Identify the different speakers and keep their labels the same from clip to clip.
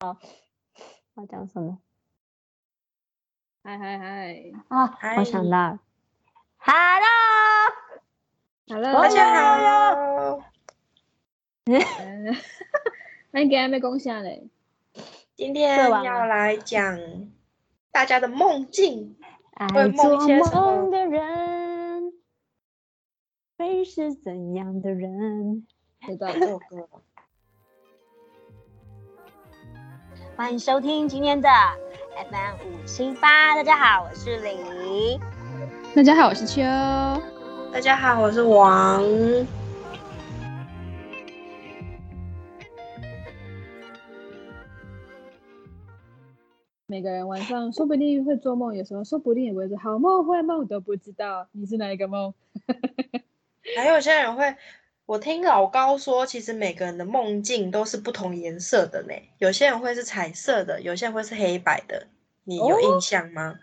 Speaker 1: 好，要讲什么
Speaker 2: 嗨嗨嗨
Speaker 1: 啊？
Speaker 3: 嗨
Speaker 1: 我想到 了，Hello，
Speaker 2: ，Hello，
Speaker 3: 大家好，
Speaker 2: 嗯那你给还没攻下嘞？
Speaker 3: 今天要来讲大家的梦境。
Speaker 1: 爱
Speaker 3: 会
Speaker 1: 做
Speaker 3: 梦些什么
Speaker 1: 梦的人，会是怎样的人？
Speaker 2: 知道这首歌，
Speaker 1: 欢迎收听今天的 FM 五七八，大家好，我是李。
Speaker 2: 大家好，我是秋。
Speaker 3: 大家好，我是王。
Speaker 2: 每个人晚上说不定会做梦，有时候说不定也会是好梦坏梦都不知道。你是哪一个梦？
Speaker 3: 还有些人会，我听老高说，其实每个人的梦境都是不同颜色的呢。有些人会是彩色的，有些人会是黑白的。你有
Speaker 1: 哦
Speaker 3: 印象吗？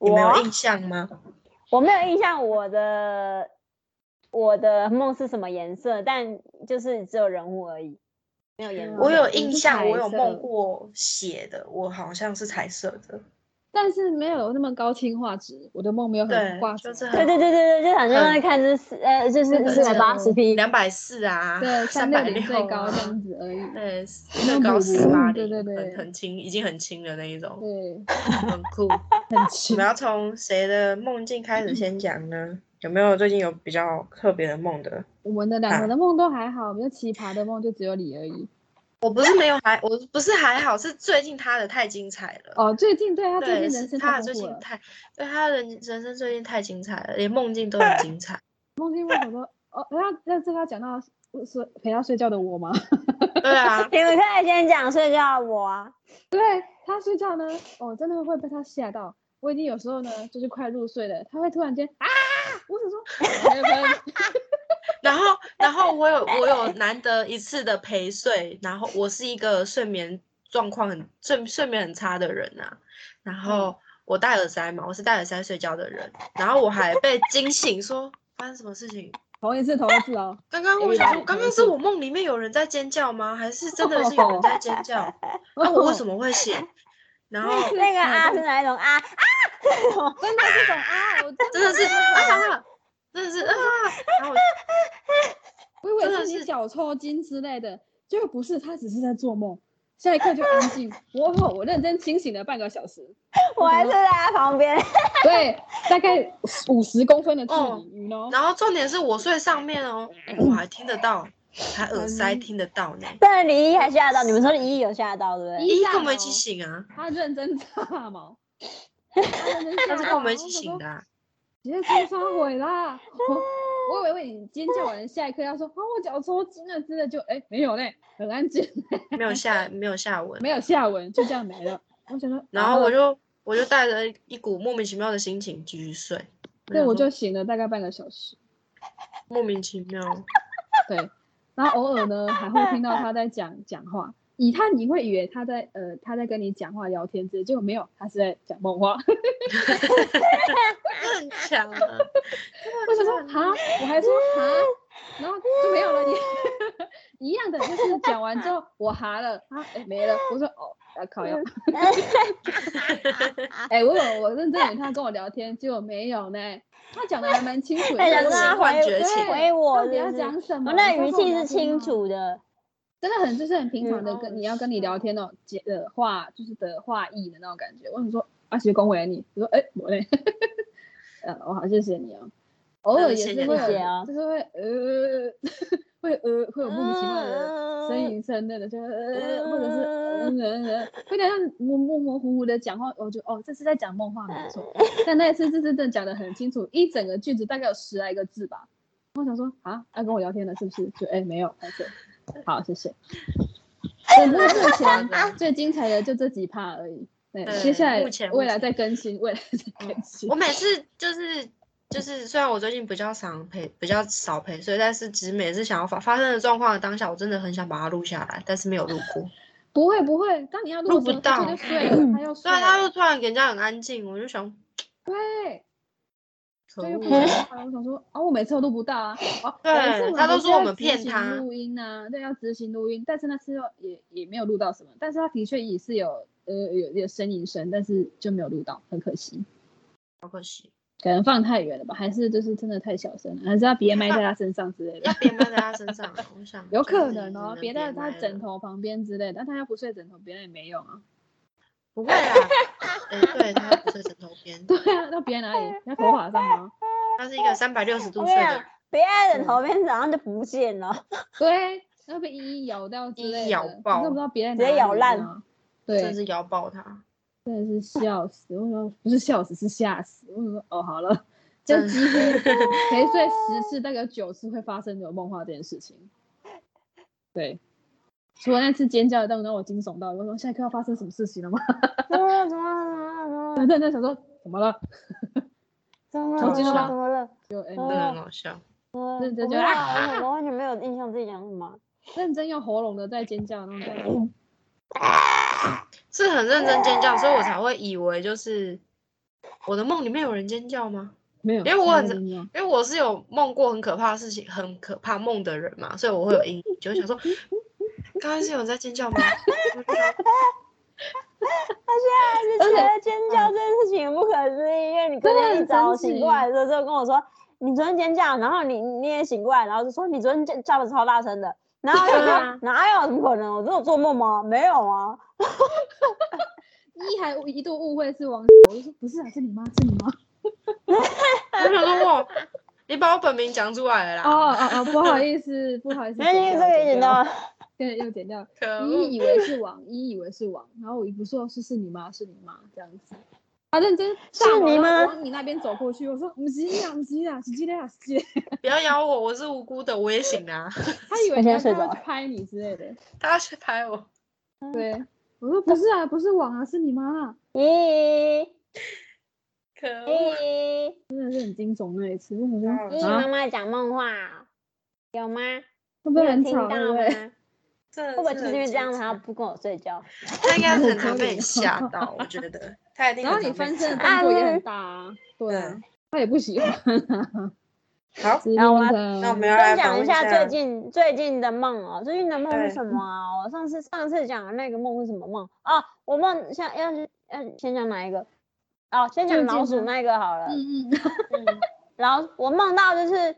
Speaker 3: 你
Speaker 1: 我
Speaker 3: 们
Speaker 1: 啊
Speaker 3: 有印象吗？
Speaker 1: 我没有印象我的我的梦是什么颜色，但就是只有人物而已，没有颜色。
Speaker 2: 嗯
Speaker 3: 我有
Speaker 2: 你
Speaker 3: 印
Speaker 2: 是
Speaker 3: 象，我
Speaker 2: 彩
Speaker 3: 有
Speaker 2: 色
Speaker 3: 梦过血的，我好像是彩色的。
Speaker 2: 但是没有那么高清画质，我的梦没有很
Speaker 3: 对
Speaker 2: 画质，
Speaker 3: 就是很
Speaker 1: 对对对对对，就好像
Speaker 3: 嗯
Speaker 1: 在看这是呃，就是四百八十 P，
Speaker 3: 两百四啊，
Speaker 2: 对，
Speaker 3: 三
Speaker 2: 三
Speaker 3: 百
Speaker 2: 六
Speaker 3: 六啊
Speaker 2: 零最高这样子而已。
Speaker 3: 对，
Speaker 2: 那
Speaker 3: 最
Speaker 2: 种
Speaker 3: 高
Speaker 2: 补
Speaker 3: 四八
Speaker 2: 对对对
Speaker 3: 很很轻，已经很轻的那一种，
Speaker 2: 对，
Speaker 3: 很酷。
Speaker 2: 很
Speaker 3: 我
Speaker 2: 奇
Speaker 3: 们要从谁的梦境开
Speaker 2: 嗯
Speaker 3: 始先讲呢？有没有最近有比较特别的梦的？
Speaker 2: 我们的
Speaker 3: 哎
Speaker 2: 两个的梦都还好，我们就奇葩的梦就只有你而已。
Speaker 3: 我不是没有还，我不是还好，是最近他的太精彩了。
Speaker 2: 哦，最近对他最
Speaker 3: 对，
Speaker 2: 近
Speaker 3: 是
Speaker 2: 人生
Speaker 3: 他
Speaker 2: 太
Speaker 3: 的最
Speaker 2: 丰富了
Speaker 3: 近，太，对他的人人生最近太精彩了，连梦境都很精彩。
Speaker 2: 梦境为什么都？哦，那那这个要讲到是陪他睡觉的我吗？
Speaker 3: 对啊，
Speaker 1: 你们可以先讲睡觉我啊，
Speaker 2: 对他睡觉呢，我、真的会被他吓到。我已经有时候呢，就是快入睡了，他会突然间啊，我想说，哎没有没有
Speaker 3: 然后，然后我有我有难得一次的陪睡，然后我是一个睡眠状况很睡睡眠很差的人啊，然后我戴耳塞嘛，我是戴耳塞睡觉的人，然后我还被惊醒说发生什么事情？
Speaker 2: 同一次同一次 哦，
Speaker 3: 刚刚我
Speaker 2: 有
Speaker 3: 想
Speaker 2: 点有
Speaker 3: 说，刚刚
Speaker 2: 点
Speaker 3: 是我梦里面有人在尖叫吗？还是真的是有人在尖叫？那、哦我 为什么会醒？然后
Speaker 1: 那个啊是哪一种啊啊？
Speaker 2: 哎真的这种啊，我真
Speaker 3: 真的是啊，真的是啊，然后我
Speaker 2: 我以为
Speaker 3: 真的
Speaker 2: 是你
Speaker 3: 是
Speaker 2: 脚抽筋之类的，结果不是，他只是在做梦。下一刻就安静，我我认真清醒了半个小时，
Speaker 1: 我还睡在他旁边，
Speaker 2: 对，大概五十公分的距
Speaker 3: 哦
Speaker 2: 离，你 know？
Speaker 3: 然后重点是我睡上面哦，我还听得到，还耳塞
Speaker 2: 嗯
Speaker 3: 听得到呢。
Speaker 1: 但是李一还吓到，你们说李一有吓到对不 对？
Speaker 2: 一
Speaker 3: 一
Speaker 2: 样
Speaker 3: 跟我们一起
Speaker 2: 哦
Speaker 3: 醒啊，
Speaker 2: 他认真炸 毛，他认真
Speaker 3: 他是
Speaker 2: 吓
Speaker 3: 跟我
Speaker 2: 到
Speaker 3: 们一起
Speaker 2: 想
Speaker 3: 醒
Speaker 2: 说
Speaker 3: 的、啊。
Speaker 2: 直接冲上毁 啦！我我以为你尖叫完下一刻要说啊我脚抽筋了之类，就哎、没有嘞，很安静，
Speaker 3: 没有下没有下文。
Speaker 2: 没有下文，就这样没了。我想说，
Speaker 3: 然后我
Speaker 2: 啊
Speaker 3: 就我就带着一股莫名其妙的心情继续睡。
Speaker 2: 对
Speaker 3: 想
Speaker 2: 我
Speaker 3: 说
Speaker 2: 就醒了大概半个小时，
Speaker 3: 莫名其妙，
Speaker 2: 对，然后偶尔呢还会听到他在讲讲话。以他你会以为他在呃他在跟你讲话聊天之类，结果没有，他是在讲梦话。
Speaker 3: 很强啊！
Speaker 2: 我想说 哈，我还说哈，然后就没有了你 一样的，就是讲完之后我哈了，啊哎没了，我说哦啊靠呀， 哎、我有我认真以为他跟我聊天，结果没有呢。他讲的还蛮清楚的，
Speaker 1: 他想说
Speaker 3: 我是
Speaker 1: 他
Speaker 3: 幻
Speaker 1: 回
Speaker 3: 觉醒
Speaker 1: 回我
Speaker 2: 到
Speaker 1: 是
Speaker 2: 底要
Speaker 1: 不
Speaker 2: 讲
Speaker 1: 是？
Speaker 2: 什
Speaker 1: 我
Speaker 2: 么？
Speaker 1: 哦那
Speaker 2: 你在
Speaker 1: 语
Speaker 2: 跟我
Speaker 1: 气
Speaker 2: 聊
Speaker 1: 是
Speaker 2: 天
Speaker 1: 清
Speaker 2: 吗，
Speaker 1: 楚的，
Speaker 2: 真的很就是很平常的
Speaker 3: 嗯
Speaker 2: 跟你要跟你聊天哦，解的话就是的话意的那种感觉。我想说，啊，其实恭维你，我说哎，我嘞， 呃，我好谢谢你哦。偶尔也
Speaker 3: 谢
Speaker 2: 是
Speaker 3: 谢
Speaker 2: 会
Speaker 1: 嗯你谢谢
Speaker 2: 有，
Speaker 1: 啊
Speaker 2: 就是会呃， 会呃会有莫名其妙
Speaker 1: 嗯
Speaker 2: 的呻吟声那个，就呃或者是嗯嗯嗯，有点像模模模糊糊的讲话，我就哦这是在讲梦话没错，
Speaker 3: 嗯
Speaker 2: 但那一次是真的讲的很清楚，一整个句子大概有十来个字吧。我想说啊，要跟我聊天了是不是？就哎、没有，还是好谢谢。对，目目 前最精彩的就这几趴而已。对，
Speaker 3: 对
Speaker 2: 接下来
Speaker 3: 目前
Speaker 2: 未
Speaker 3: 目
Speaker 2: 来
Speaker 3: 前嗯
Speaker 2: 再更新，未来再更新
Speaker 3: 我。每次就是就是，虽然我最近比较少陪比较少陪睡，但是只每次想要发发生的状况的当下，我真的很想把它录下来，但是没有录过。
Speaker 2: 不会不会，当你要录
Speaker 3: 录
Speaker 2: 的时候，
Speaker 3: 不
Speaker 2: 他
Speaker 3: 到啊
Speaker 2: 就睡了，他要睡
Speaker 3: 所以他
Speaker 2: 了。
Speaker 3: 就突然给人家很安静，我就想
Speaker 2: 对，
Speaker 3: 可
Speaker 2: 就又不
Speaker 3: 恶
Speaker 2: 想
Speaker 3: 啊！
Speaker 2: 他，我想说啊，我每次我录不到啊，啊，有
Speaker 3: 对
Speaker 2: 一次我
Speaker 3: 他都
Speaker 2: 们是
Speaker 3: 说我
Speaker 2: 要
Speaker 3: 们
Speaker 2: 执
Speaker 3: 骗
Speaker 2: 行
Speaker 3: 他
Speaker 2: 录音啊，对，要执行录音，但是那次又也也没有录到什么，但是他的确也是有呃有有呻吟声，但是就没有录到，很可惜，
Speaker 3: 好可惜，
Speaker 2: 可能放太远了吧，还是就是真的太小声了，还是要 别麦在他身上之类的
Speaker 3: 要，别麦在他身上啊，我想
Speaker 2: 有
Speaker 3: 就
Speaker 2: 可
Speaker 3: 是
Speaker 2: 能
Speaker 3: 只
Speaker 2: 哦，别在他
Speaker 3: 麦了
Speaker 2: 枕。头旁边之类的，但他要不睡枕头边也没用啊，
Speaker 3: 不会啦，哎，对，他不是枕头边，
Speaker 2: 对啊，那别哪 里？在头发上吗？
Speaker 3: 他是一个三百六十度
Speaker 1: 我
Speaker 3: 睡
Speaker 1: 跟你
Speaker 3: 的
Speaker 1: 讲
Speaker 3: 人，，
Speaker 1: 别人
Speaker 3: 嗯
Speaker 1: 的头边早上就不见了，
Speaker 2: 对，要被一一咬掉之
Speaker 3: 一一
Speaker 2: 类的，
Speaker 3: 咬
Speaker 2: 你
Speaker 3: 爆
Speaker 2: 都不知道别人
Speaker 1: 直接
Speaker 2: 哪里
Speaker 1: 咬
Speaker 2: 你知
Speaker 1: 烂
Speaker 2: 道吗，对啊
Speaker 3: 真，是咬爆他。
Speaker 2: 真的是笑死！我说不是笑死，是吓死。我说哦，好了，就
Speaker 3: 真
Speaker 2: 几乎陪睡十次，大概有九次会发生有梦话这件事情。对，除了那次尖叫的动作让我惊悚到，我说下一刻要发生什么事情了吗？
Speaker 1: 怎么了？怎么了？
Speaker 2: 然后在那想说怎么了？
Speaker 1: 怎么
Speaker 2: 重
Speaker 1: 了？
Speaker 2: 新
Speaker 1: 怎么
Speaker 2: 说
Speaker 1: 了？怎么了？
Speaker 2: 就哎，
Speaker 3: 真
Speaker 2: 没有
Speaker 3: 的很好笑，
Speaker 1: 我
Speaker 2: 对对
Speaker 1: 嗯我不
Speaker 2: 对
Speaker 1: 知道
Speaker 2: 啊
Speaker 1: 我我完全没有印象自己讲什么。
Speaker 2: 认真用喉咙的在尖叫那种感觉。
Speaker 3: 是很认真尖叫，所以我才会以为就是我的梦里面有人尖叫吗？
Speaker 2: 没有，
Speaker 3: 因为我很
Speaker 2: 是在尖叫
Speaker 3: 因为我是有梦过很可怕的事情，很可怕梦的人嘛，所以我会有阴影，就会想说，刚刚是有人在尖叫吗？
Speaker 1: 他现在还是觉得尖叫这件事情很不可思议，因为你隔
Speaker 2: 真的
Speaker 1: 天一
Speaker 2: 很
Speaker 1: 早
Speaker 2: 神
Speaker 1: 醒
Speaker 2: 奇
Speaker 1: 过来的时候跟我说你昨天尖叫，然后你你也醒过来，然后就说你昨天尖叫的超大声 的，然后我就
Speaker 3: 对
Speaker 1: 说
Speaker 3: 啊
Speaker 1: 哪有怎么可能？我真的做梦吗？没有啊，
Speaker 2: 一还一度误会是王，我就说不是啊，是你妈，是你妈。
Speaker 3: 我想说哇，你把我本名讲出来了啦，
Speaker 2: 哦哦哦，不好意思，不好意思，
Speaker 1: 那你
Speaker 2: 剪
Speaker 1: 这
Speaker 2: 掉
Speaker 1: 个也剪到，
Speaker 2: 剪掉对，又剪掉。
Speaker 3: 可
Speaker 1: 呃
Speaker 3: 恶
Speaker 2: 一以为是王，一以为是王，然后我一不说是是你妈，是你妈这样子。他认真
Speaker 1: 是
Speaker 2: 大吼
Speaker 1: 你
Speaker 2: 然后
Speaker 1: 妈
Speaker 2: 往你那边走过去，我说不是呀，不是呀，是这样，是这样。
Speaker 3: 不要咬我，我是无辜的，我也醒啦、啊，
Speaker 2: 他以
Speaker 1: 我
Speaker 2: 为
Speaker 1: 现在
Speaker 2: 他
Speaker 1: 睡
Speaker 2: 他
Speaker 1: 着
Speaker 2: 要去
Speaker 1: 了
Speaker 2: 拍你之类的。
Speaker 3: 他要去拍我，
Speaker 2: 对，我说不是啊，不是王啊，是你妈啊，
Speaker 1: 咦
Speaker 3: 可恶，
Speaker 1: 咦，
Speaker 2: 真的是很惊悚那一次。我想说
Speaker 3: 好
Speaker 1: 你
Speaker 3: 笑
Speaker 1: 妈
Speaker 2: 啊，
Speaker 1: 妈讲梦话哦有吗？
Speaker 2: 会不
Speaker 1: 你
Speaker 2: 会
Speaker 1: 有
Speaker 2: 很
Speaker 1: 听
Speaker 2: 吵？
Speaker 1: 到
Speaker 2: 对不
Speaker 1: 吗？
Speaker 2: 对？
Speaker 3: 会
Speaker 1: 会不会就是因为这样，然后不跟我睡 觉？
Speaker 3: 他应该很常被你吓到，我觉 得他一定
Speaker 2: 然后
Speaker 3: 很常被吓到。
Speaker 2: 你翻身
Speaker 1: 啊
Speaker 2: 的动作也
Speaker 1: 嗯
Speaker 2: 很大啊，对啊，他也不喜欢啊。
Speaker 3: 好，
Speaker 2: 之
Speaker 1: 然嗯后我
Speaker 2: 类
Speaker 3: 那我
Speaker 2: 的
Speaker 3: 们要来
Speaker 1: 分
Speaker 3: 访
Speaker 1: 享
Speaker 3: 问
Speaker 1: 一
Speaker 3: 下
Speaker 1: 下最近最近的梦哦，最近的梦
Speaker 3: 对
Speaker 1: 是什么啊？我上次上次讲的那个梦是什么梦哦，我梦像要是要先讲哪一个？哦，先
Speaker 2: 最
Speaker 1: 讲
Speaker 2: 近
Speaker 1: 老鼠
Speaker 2: 吗
Speaker 1: 那个好了。
Speaker 2: 嗯嗯，
Speaker 1: 老我梦到就是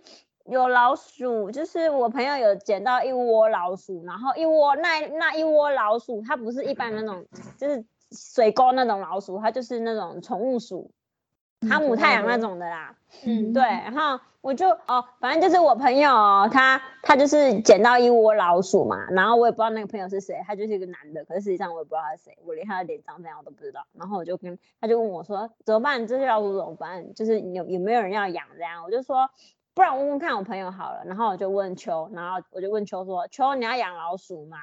Speaker 1: 有老鼠，就是我朋友有捡到一窝老鼠，然后一窝那那一窝老鼠，它不是一般那种就是水沟那种老鼠，它就是那种宠物鼠，
Speaker 2: 嗯
Speaker 1: 哈姆
Speaker 2: 知道
Speaker 1: 太阳那
Speaker 2: 的
Speaker 1: 种的啦。
Speaker 3: 嗯
Speaker 1: 对，然后我就哦，反正就是我朋友、哦、他他就是捡到一窝老鼠嘛，然后我也不知道那个朋友是谁，他就是一个男的，可是实际上我也不知道他是谁，我连他的脸长怎样我都不知道。然后我就跟他就问我说怎么办？这些老鼠怎么办？就是有有没有人要养这样？我就说不然我问问看我朋友好了。然后我就问秋，然后我就问秋说秋你要养老鼠吗？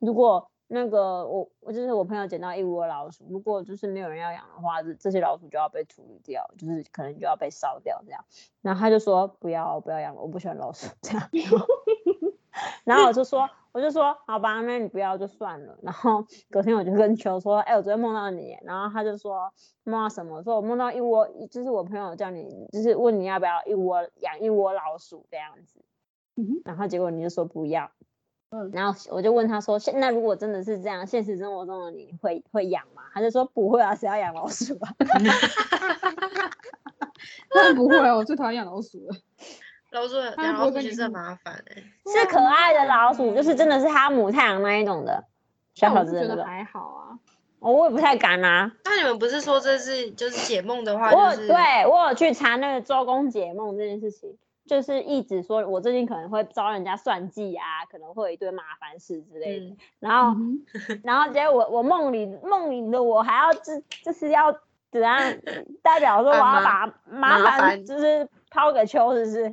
Speaker 1: 如果那个我我就是我朋友捡到一窝老鼠，如果就是没有人要养的话，这这些老鼠就要被处理掉，就是可能就要被烧掉这样。然后他就说不要不要养了，我不喜欢老鼠这样。 然后然后我就说我就说好吧，那你不要就算了。然后隔天我就跟球说，哎、我昨天梦到你耶，然后他就说梦到什么？我说我梦到一窝，就是我朋友叫你，就是问你要不要一窝养一窝老鼠这样子。
Speaker 2: 嗯哼
Speaker 1: 然后结果你就说不要，
Speaker 2: 嗯
Speaker 1: 然后我就问他说，现那如果真的是这样，现实生活中的你会会养吗？他就说不会啊，谁要养老鼠啊？
Speaker 2: 当 然不会啊，我最讨厌养老鼠了。
Speaker 3: 老鼠
Speaker 2: 他
Speaker 3: 养
Speaker 2: 不会
Speaker 3: 老鼠
Speaker 2: 跟
Speaker 3: 其
Speaker 2: 你
Speaker 3: 实很
Speaker 2: 互
Speaker 3: 麻烦哎、欸，
Speaker 1: 是可爱的老鼠，就是真的是哈姆太阳那一种的，小
Speaker 2: 但
Speaker 1: 小
Speaker 2: 我
Speaker 1: 只
Speaker 2: 是
Speaker 1: 的
Speaker 2: 觉
Speaker 1: 那
Speaker 2: 得
Speaker 1: 种。
Speaker 2: 还好啊。
Speaker 1: 哦，我也不太敢啊。
Speaker 3: 那你们不是说这是就是解梦的话，
Speaker 1: 我有
Speaker 3: 就是
Speaker 1: 哦对我有去查那个周公解梦这件事情，就是一直说我最近可能会遭人家算计啊，可能会有一堆麻烦事之类的。
Speaker 3: 嗯，
Speaker 1: 然后
Speaker 2: 嗯
Speaker 1: 然后结果我我梦里梦里的我还要这就是要怎样代表说我
Speaker 3: 啊
Speaker 1: 要
Speaker 3: 麻
Speaker 1: 把麻
Speaker 3: 麻
Speaker 1: 烦
Speaker 3: 烦
Speaker 1: 就是抛给秋，是不是？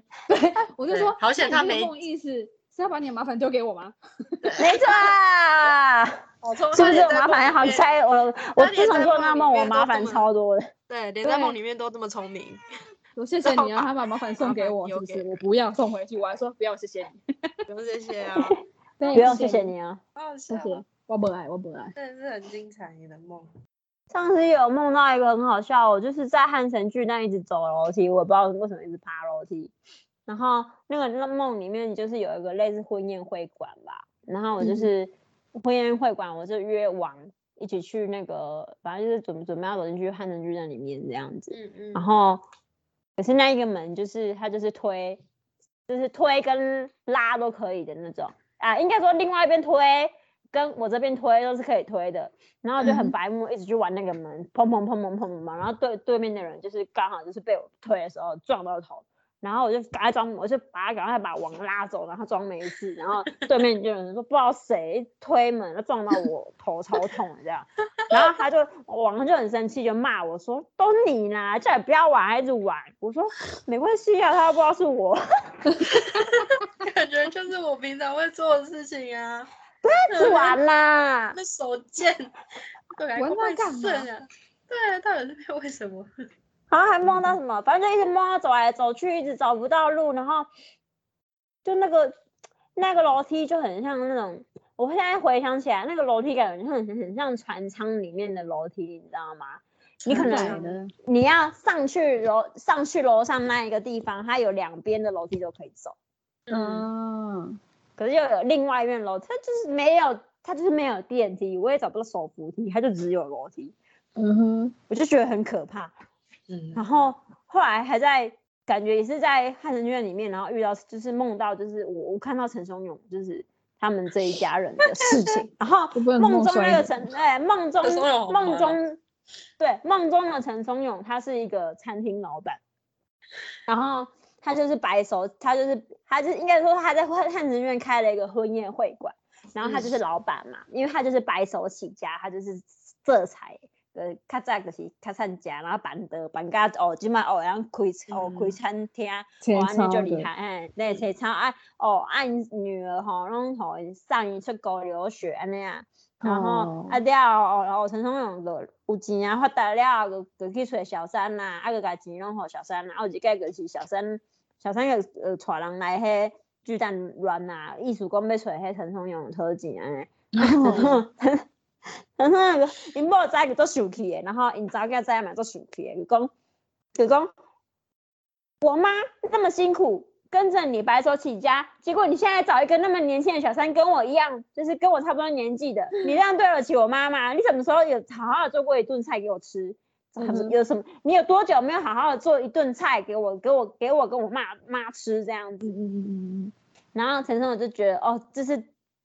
Speaker 2: 哼我就
Speaker 3: 对
Speaker 2: 说，
Speaker 3: 好险
Speaker 2: 那
Speaker 3: 他
Speaker 2: 你这个
Speaker 3: 没
Speaker 2: 梦意思是要把你的麻烦丢给我吗？
Speaker 1: 没错啊，
Speaker 3: 哦我从
Speaker 1: 是不是有麻烦？好
Speaker 3: 猜。
Speaker 1: 猜我我
Speaker 3: 他
Speaker 1: 自
Speaker 3: 连
Speaker 1: 从
Speaker 3: 在
Speaker 1: 做那梦，
Speaker 3: 梦里
Speaker 1: 我
Speaker 3: 面都
Speaker 1: 麻
Speaker 3: 这
Speaker 1: 烦
Speaker 3: 么
Speaker 1: 超多的。
Speaker 3: 对，连在
Speaker 2: 对
Speaker 3: 梦里面都这么聪明，
Speaker 2: 我说谢谢你
Speaker 3: 然后
Speaker 2: 啊，
Speaker 3: 把
Speaker 2: 他把麻烦送
Speaker 3: 麻
Speaker 2: 给
Speaker 3: 烦
Speaker 2: 我，是
Speaker 3: 丢
Speaker 2: 不是
Speaker 3: 给？
Speaker 2: 我不要送回去，我还说不要，谢谢 你。
Speaker 3: 不用谢谢啊，
Speaker 2: 对
Speaker 1: 不用，谢谢
Speaker 2: 你，
Speaker 1: 你啊。
Speaker 3: 好好
Speaker 2: 谢
Speaker 3: 笑啊，
Speaker 2: 谢，我不爱，我不爱。
Speaker 3: 真的是很精彩你的梦。
Speaker 1: 上次有梦到一个很好笑，我就是在汉神巨蛋一直走楼梯，我也不知道为什么一直爬楼梯。然后那个那梦里面就是有一个类似婚宴会馆吧，然后我就是、婚宴会馆，我就约王一起去那个，反正就是准准备要走进去汉神巨蛋里面这样子。
Speaker 3: 嗯嗯
Speaker 1: 然后可是那一个门就是它就是推，就是推跟拉都可以的那种啊，应该说另外一边推跟我这边推都是可以推的，然后我就
Speaker 2: 嗯
Speaker 1: 很白目，一直去玩那个门，砰砰砰砰砰砰砰，然后对对面的人就是刚好就是被我推的时候撞到头。然后我就赶快装，我就把他赶快把网拉走，然后装没事。然后对面就有人说不知道谁推门，就撞到我头，超痛的这样。然后他就王就很生气，就骂我说：“都你啦，叫你不要玩，还一直玩。”我说：“没关系啊，他不知道是我。
Speaker 3: 感觉就是我平常会做的事情啊，
Speaker 1: 去玩啦。
Speaker 3: 那手贱，对，还
Speaker 2: 玩
Speaker 3: 扣
Speaker 2: 那
Speaker 3: 半
Speaker 2: 干
Speaker 3: 岁
Speaker 2: 嘛
Speaker 3: 啊？对啊，到底是为什么？
Speaker 1: 然后还梦到什么，反正就一直梦到走来走去，一直找不到路，然后就那个那个楼梯就很像那种，我现在回想起来，那个楼梯感觉很很像船舱里面的楼梯，你知道吗？你可
Speaker 2: 很
Speaker 1: 能
Speaker 2: 窄的，啊
Speaker 1: 你要上去楼上去楼上那一个地方，它有两边的楼梯都可以走，
Speaker 3: 嗯，
Speaker 2: 嗯，
Speaker 1: 可是又有另外一面楼，它就是没有，它就是没有电梯，我也找不到手扶梯，它就只有楼梯，
Speaker 2: 嗯哼，
Speaker 1: 我就觉得很可怕。
Speaker 3: 嗯
Speaker 1: 然后后来还在感觉也是在汉神剧院里面，然后遇到就是梦到就是我我看到陈松勇就是他们这一家人的事情，然后
Speaker 2: 会不会很
Speaker 1: 梦
Speaker 2: 梦
Speaker 1: 中
Speaker 2: 衰
Speaker 1: 那个
Speaker 2: 的
Speaker 1: 陈哎梦中
Speaker 3: 陈松勇好哦
Speaker 1: 梦
Speaker 3: 忙
Speaker 1: 中对梦中的陈松勇，他是一个餐厅老板，然后他就是白手，他就是他就是应该说他在汉汉神院开了一个婚宴会馆，然后他就是老板嘛，因为他就是白手起家，他就是这才。呃，较早就是较善食，然后办的办家哦，即摆哦，然后开哦开
Speaker 3: 嗯
Speaker 1: 餐厅，
Speaker 2: 切
Speaker 1: 哦，安尼就
Speaker 2: 超
Speaker 1: 厉
Speaker 2: 的，
Speaker 1: 害，哎，对，切超啊，哦，按女儿吼，拢吼送伊出国留学安尼啊，然后、啊
Speaker 2: 哦
Speaker 1: 了后，然后陈松勇就有钱啊，发达了，就就去找小三呐、啊，啊，就把钱拢互小三呐、啊，啊，有一个就是小三，小三个呃，带人来迄巨蛋乱呐、啊，意思讲要找迄陈松勇讨钱安尼。
Speaker 2: 哦
Speaker 1: 然后那个因某知就做生气的，然后因查某仔知嘛做生气的，就讲就讲，我妈那么辛苦跟着你白手起家，结果你现在找一个那么年轻的小三，跟我一样，就是跟我差不多年纪的，你这样对得起我妈吗？你什么时候有好好的做过一顿菜给我吃？
Speaker 2: 嗯
Speaker 1: 还不是
Speaker 2: 哼
Speaker 1: 有什么？你有多久没有好好的做一顿菜给我给我给我跟我妈妈吃这样子？
Speaker 2: 嗯嗯嗯
Speaker 1: 然后陈松勇就觉得哦，这是